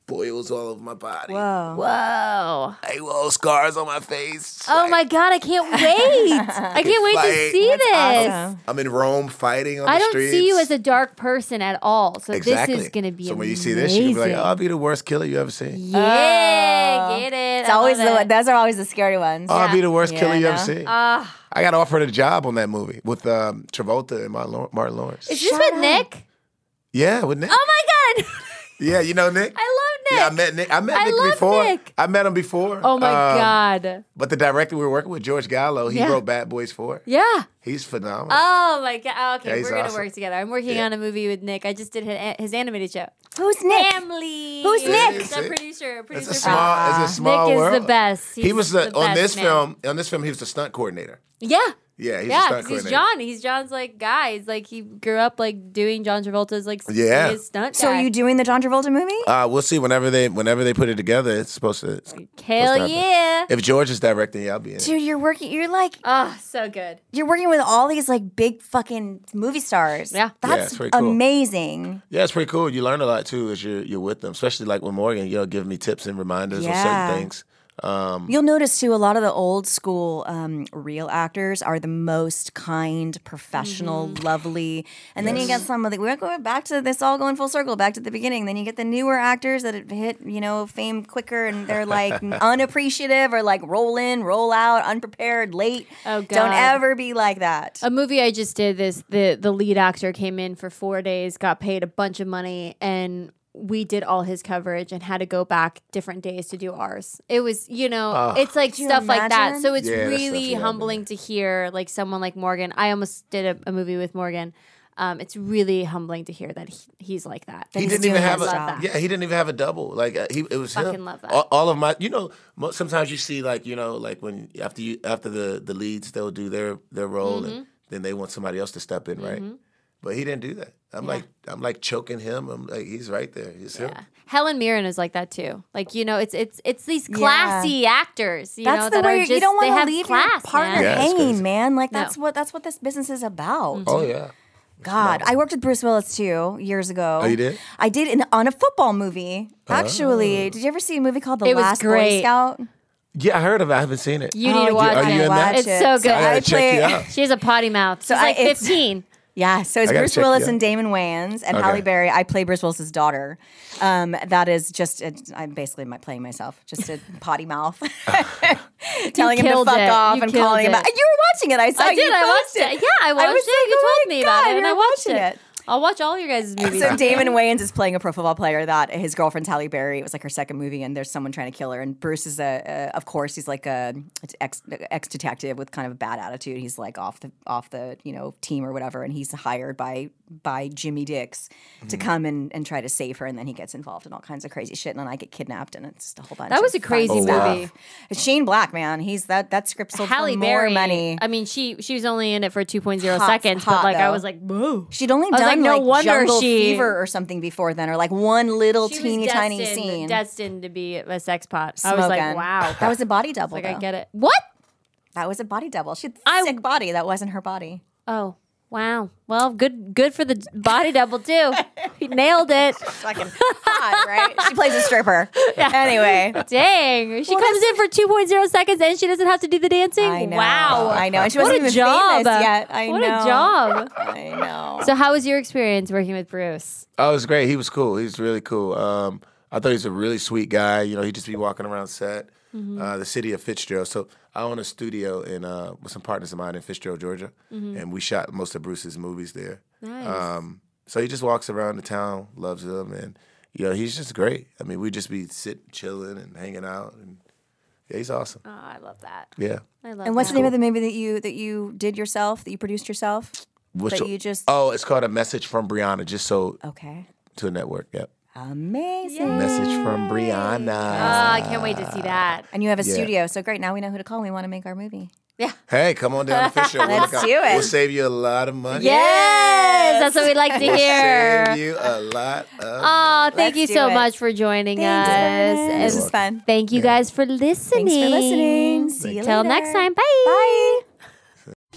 [SPEAKER 2] boils all over my body.
[SPEAKER 5] Whoa.
[SPEAKER 4] Whoa.
[SPEAKER 2] Hey, whoa, scars on my face.
[SPEAKER 4] Oh my god, I can't wait. I can't wait to
[SPEAKER 2] Fight.
[SPEAKER 4] see this.
[SPEAKER 5] awesome.
[SPEAKER 2] I'm in Rome fighting on
[SPEAKER 4] I
[SPEAKER 2] the
[SPEAKER 4] don't
[SPEAKER 2] streets.
[SPEAKER 4] see you as a dark person at all. So
[SPEAKER 2] exactly.
[SPEAKER 4] this is going to be
[SPEAKER 2] So
[SPEAKER 4] amazing.
[SPEAKER 2] when you see this, you're gonna be like, oh, I'll be the worst killer you ever seen.
[SPEAKER 4] yeah, get it.
[SPEAKER 5] It's always the those are always the scary ones.
[SPEAKER 2] Oh, I'll be the worst
[SPEAKER 5] Yeah,
[SPEAKER 2] killer you
[SPEAKER 5] I
[SPEAKER 2] ever
[SPEAKER 5] know.
[SPEAKER 2] seen.
[SPEAKER 4] Uh,
[SPEAKER 2] I got offered a job on that movie with um, Travolta and Martin Law- Martin Lawrence.
[SPEAKER 4] Is this with Nick?
[SPEAKER 2] yeah, with Nick.
[SPEAKER 4] Oh my god.
[SPEAKER 2] yeah, you know Nick.
[SPEAKER 4] I love Nick.
[SPEAKER 2] Yeah, I met Nick. I met
[SPEAKER 4] I
[SPEAKER 2] Nick
[SPEAKER 4] love
[SPEAKER 2] before.
[SPEAKER 4] Nick.
[SPEAKER 2] I met him before.
[SPEAKER 4] oh my
[SPEAKER 2] Um,
[SPEAKER 4] god.
[SPEAKER 2] But the director we were working with, George Gallo, he
[SPEAKER 4] Yeah.
[SPEAKER 2] wrote Bad Boys 4.
[SPEAKER 4] Yeah.
[SPEAKER 2] He's phenomenal.
[SPEAKER 4] Oh my god.
[SPEAKER 2] Yeah,
[SPEAKER 4] Okay,
[SPEAKER 2] he's
[SPEAKER 4] we're going to
[SPEAKER 2] awesome.
[SPEAKER 4] work together. I'm working on a movie with Nick. I just did his, his animated show.
[SPEAKER 5] Who's Nick?
[SPEAKER 4] Family.
[SPEAKER 5] Who's Nick?
[SPEAKER 4] So I'm pretty sure. Pretty
[SPEAKER 2] it's a
[SPEAKER 4] sure.
[SPEAKER 2] small, it's a small
[SPEAKER 4] Nick
[SPEAKER 2] world.
[SPEAKER 4] is the best.
[SPEAKER 2] he
[SPEAKER 4] He's
[SPEAKER 2] was the,
[SPEAKER 4] the
[SPEAKER 2] on
[SPEAKER 4] best
[SPEAKER 2] this
[SPEAKER 4] man.
[SPEAKER 2] film. On this film, he was the stunt coordinator.
[SPEAKER 4] Yeah.
[SPEAKER 2] Yeah, he's a
[SPEAKER 4] Yeah,
[SPEAKER 2] stunt
[SPEAKER 4] 'cause he's
[SPEAKER 2] coordinator.
[SPEAKER 4] John. He's John's like guy. He's like he grew up like doing John Travolta's like s-
[SPEAKER 2] Yeah.
[SPEAKER 4] his stunt.
[SPEAKER 5] So
[SPEAKER 4] guy.
[SPEAKER 5] are you doing the John Travolta movie?
[SPEAKER 2] Uh, we'll see whenever they whenever they put it together. It's supposed to. it's-
[SPEAKER 4] hell
[SPEAKER 2] What's that?
[SPEAKER 4] yeah.
[SPEAKER 2] if George is directing, yeah, I'll be in. It.
[SPEAKER 5] Dude, you're working you're like
[SPEAKER 4] Oh, so good.
[SPEAKER 5] you're working with all these like big fucking movie stars.
[SPEAKER 4] Yeah.
[SPEAKER 2] Yeah,
[SPEAKER 5] That's
[SPEAKER 2] it's pretty cool.
[SPEAKER 5] amazing.
[SPEAKER 2] Yeah, it's pretty cool. You learn a lot too as you're you're with them, especially like with Morgan. You'll give me tips and reminders on
[SPEAKER 5] Yeah.
[SPEAKER 2] certain things. Um,
[SPEAKER 5] You'll notice too, a lot of the old school um, real actors are the most kind, professional,
[SPEAKER 4] Mm-hmm.
[SPEAKER 5] lovely. And then you get some of the, we're going back to this all going full circle, back to the beginning. Then you get the newer actors that have hit, you know, fame quicker and they're like unappreciative or like roll in, roll out, unprepared, late.
[SPEAKER 4] Oh, God. Oh,
[SPEAKER 5] Don't ever be like that.
[SPEAKER 4] A movie I just did this the the lead actor came in for 4 days, got paid a bunch of money and we did all his coverage and had to go back different days to do ours. It was, you know, it's like
[SPEAKER 5] you
[SPEAKER 4] stuff like that.
[SPEAKER 5] imagine?
[SPEAKER 4] So it's
[SPEAKER 2] Yeah, that's
[SPEAKER 4] really
[SPEAKER 2] definitely
[SPEAKER 4] humbling to hear like someone like Morgan. I almost did a, a movie with Morgan. Um, it's really humbling to hear that he, he's like that.
[SPEAKER 2] he
[SPEAKER 5] he's
[SPEAKER 2] didn't even
[SPEAKER 5] doing
[SPEAKER 2] have a
[SPEAKER 5] his job.
[SPEAKER 2] yeah. He didn't even have a double. Like uh, he, it was
[SPEAKER 4] Fucking
[SPEAKER 2] him.
[SPEAKER 4] love that.
[SPEAKER 2] All, all of my, you know, mo- sometimes you see like you know, like when after you after the the leads, they'll do their their role,
[SPEAKER 4] Mm-hmm.
[SPEAKER 2] and then they want somebody else to step in, right? But he didn't do that. I'm like I'm like choking him. I'm like he's right there. He's him.
[SPEAKER 4] Helen Mirren is like that too. Like you know, it's it's it's these classy actors. You
[SPEAKER 5] That's
[SPEAKER 4] know,
[SPEAKER 5] the
[SPEAKER 4] that
[SPEAKER 5] way
[SPEAKER 4] are just,
[SPEAKER 5] you don't
[SPEAKER 4] they
[SPEAKER 5] want to
[SPEAKER 4] have
[SPEAKER 5] leave your
[SPEAKER 4] class,
[SPEAKER 5] partner
[SPEAKER 4] man.
[SPEAKER 2] Yeah, it's
[SPEAKER 5] hanging,
[SPEAKER 2] crazy.
[SPEAKER 5] man. Like that's what that's what this business is about.
[SPEAKER 2] Oh yeah.
[SPEAKER 5] God, I worked with Bruce Willis too years ago.
[SPEAKER 2] Oh, you did? Oh.
[SPEAKER 5] I did in, on a football movie. Actually, did you ever see a movie called The
[SPEAKER 4] It was
[SPEAKER 5] Last
[SPEAKER 4] great.
[SPEAKER 5] Boy Scout?
[SPEAKER 2] Yeah, I heard of it. I haven't seen it.
[SPEAKER 4] You need to
[SPEAKER 5] you
[SPEAKER 4] watch
[SPEAKER 2] gotta
[SPEAKER 4] it.
[SPEAKER 2] watch
[SPEAKER 4] it's
[SPEAKER 5] it.
[SPEAKER 4] so
[SPEAKER 5] So
[SPEAKER 4] good.
[SPEAKER 2] I gotta
[SPEAKER 5] I
[SPEAKER 2] check you
[SPEAKER 5] play-
[SPEAKER 2] out.
[SPEAKER 4] she has a potty mouth. She's
[SPEAKER 5] I-
[SPEAKER 4] like
[SPEAKER 5] it's-
[SPEAKER 4] fifteen.
[SPEAKER 5] Yeah, so it's
[SPEAKER 2] I gotta
[SPEAKER 5] Bruce
[SPEAKER 2] check-
[SPEAKER 5] Willis
[SPEAKER 2] yeah.
[SPEAKER 5] and Damon Wayans and Halle
[SPEAKER 2] Okay.
[SPEAKER 5] Berry. I play Bruce Willis's daughter. Um, that is just i I'm basically my, playing myself, just a potty mouth, telling him to
[SPEAKER 4] killed
[SPEAKER 5] fuck
[SPEAKER 4] it.
[SPEAKER 5] off
[SPEAKER 4] You
[SPEAKER 5] and
[SPEAKER 4] killed
[SPEAKER 5] calling him
[SPEAKER 4] it.
[SPEAKER 5] out. You were watching it. I saw
[SPEAKER 4] I
[SPEAKER 5] you
[SPEAKER 4] did. I watched
[SPEAKER 5] post
[SPEAKER 4] it. Yeah, I watched
[SPEAKER 5] was
[SPEAKER 4] it. you
[SPEAKER 5] like, oh
[SPEAKER 4] told
[SPEAKER 5] my
[SPEAKER 4] me about
[SPEAKER 5] God,
[SPEAKER 4] it, and
[SPEAKER 5] you're
[SPEAKER 4] I watched
[SPEAKER 5] watching
[SPEAKER 4] it.
[SPEAKER 5] it.
[SPEAKER 4] I'll watch all your guys' movies.
[SPEAKER 5] So Damon Wayans is playing a pro football player that his girlfriend's Halle Berry. It was like her second movie, and there's someone trying to kill her. And Bruce is a, a of course, he's like a ex ex detective with kind of a bad attitude. He's like off the off the you know team or whatever, and he's hired by by Jimmy Dix to come and and try to save her. And then he gets involved in all kinds of crazy shit, and then I get kidnapped, and it's just a whole bunch.
[SPEAKER 4] That was
[SPEAKER 5] of
[SPEAKER 4] a crazy
[SPEAKER 5] fun
[SPEAKER 4] movie.
[SPEAKER 5] stuff. Shane Black, man, he's that that script sold
[SPEAKER 4] Halle
[SPEAKER 5] for
[SPEAKER 4] Berry.
[SPEAKER 5] more money.
[SPEAKER 4] I mean, she she was only in it for 2.0
[SPEAKER 5] Hot-
[SPEAKER 4] seconds,
[SPEAKER 5] hot,
[SPEAKER 4] but like I
[SPEAKER 5] though.
[SPEAKER 4] was like, whoa.
[SPEAKER 5] She'd only
[SPEAKER 4] I was
[SPEAKER 5] done like,
[SPEAKER 4] like, no wonder
[SPEAKER 5] Jungle
[SPEAKER 4] she-
[SPEAKER 5] Fever or something before then, or like one little
[SPEAKER 4] She was
[SPEAKER 5] teeny tiny
[SPEAKER 4] destined-
[SPEAKER 5] scene.
[SPEAKER 4] destined to be a sex pot. I was like,
[SPEAKER 5] Smokin'.
[SPEAKER 4] wow,
[SPEAKER 5] That was a body double.
[SPEAKER 4] like I
[SPEAKER 5] though.
[SPEAKER 4] get it. What?
[SPEAKER 5] That was a body double. She had a
[SPEAKER 4] I-
[SPEAKER 5] sick body. That wasn't her body.
[SPEAKER 4] Oh wow. Well, good good for the d- body double too. He nailed it.
[SPEAKER 5] Fucking hot, right? She plays a stripper. Anyway.
[SPEAKER 4] Dang, she comes in for 2.0 seconds and she doesn't have to do the dancing.
[SPEAKER 5] I know.
[SPEAKER 4] Wow,
[SPEAKER 5] I know. And she
[SPEAKER 4] What
[SPEAKER 5] wasn't
[SPEAKER 4] a
[SPEAKER 5] even
[SPEAKER 4] job.
[SPEAKER 5] famous yet. I
[SPEAKER 4] what
[SPEAKER 5] know.
[SPEAKER 4] a job.
[SPEAKER 5] I know.
[SPEAKER 4] So, how was your experience working with Bruce?
[SPEAKER 2] Oh, it was great. He was cool. He's really cool. Um, I thought he was a really sweet guy. You know, he'd just be walking around set,
[SPEAKER 4] Mm-hmm.
[SPEAKER 2] uh, the city of Fitzgerald. So I own a studio in uh, with some partners of mine in Fitzgerald, Georgia, and we shot most of Bruce's movies there.
[SPEAKER 4] Mm-hmm. Nice.
[SPEAKER 2] Um, so he just walks around the town, loves them, and you know he's just great. I mean, we just be sitting, chilling, and hanging out, and yeah, he's awesome.
[SPEAKER 4] oh, I love that.
[SPEAKER 2] Yeah.
[SPEAKER 4] I love
[SPEAKER 5] and what's the name of the movie that you that you did yourself, that you produced yourself?
[SPEAKER 2] Which-
[SPEAKER 5] That you just-
[SPEAKER 2] oh, it's called a message from Brianna, just so
[SPEAKER 5] Okay.
[SPEAKER 2] to a network. Yep,
[SPEAKER 5] Amazing.
[SPEAKER 2] message from Brianna.
[SPEAKER 4] Ah, I can't wait to see that.
[SPEAKER 5] And you have a
[SPEAKER 2] Yeah.
[SPEAKER 5] studio, so great. Now we know who to call. when We want to make our movie.
[SPEAKER 2] Hey, come on down to Fisher. We'll
[SPEAKER 5] Let's
[SPEAKER 2] look out-
[SPEAKER 5] do it.
[SPEAKER 2] We'll save you a lot of money.
[SPEAKER 4] Yes, that's what we'd like to
[SPEAKER 2] We'll
[SPEAKER 4] hear.
[SPEAKER 2] save you a lot of
[SPEAKER 4] Oh, thank
[SPEAKER 5] Let's
[SPEAKER 4] you
[SPEAKER 5] do
[SPEAKER 4] so
[SPEAKER 5] it.
[SPEAKER 4] much for joining
[SPEAKER 5] Thanks,
[SPEAKER 4] us.
[SPEAKER 5] Brennan.
[SPEAKER 4] And
[SPEAKER 5] This was fun.
[SPEAKER 4] Thank you guys for listening.
[SPEAKER 5] Thanks for listening. See you
[SPEAKER 4] Till
[SPEAKER 5] later.
[SPEAKER 4] next time.
[SPEAKER 5] Bye.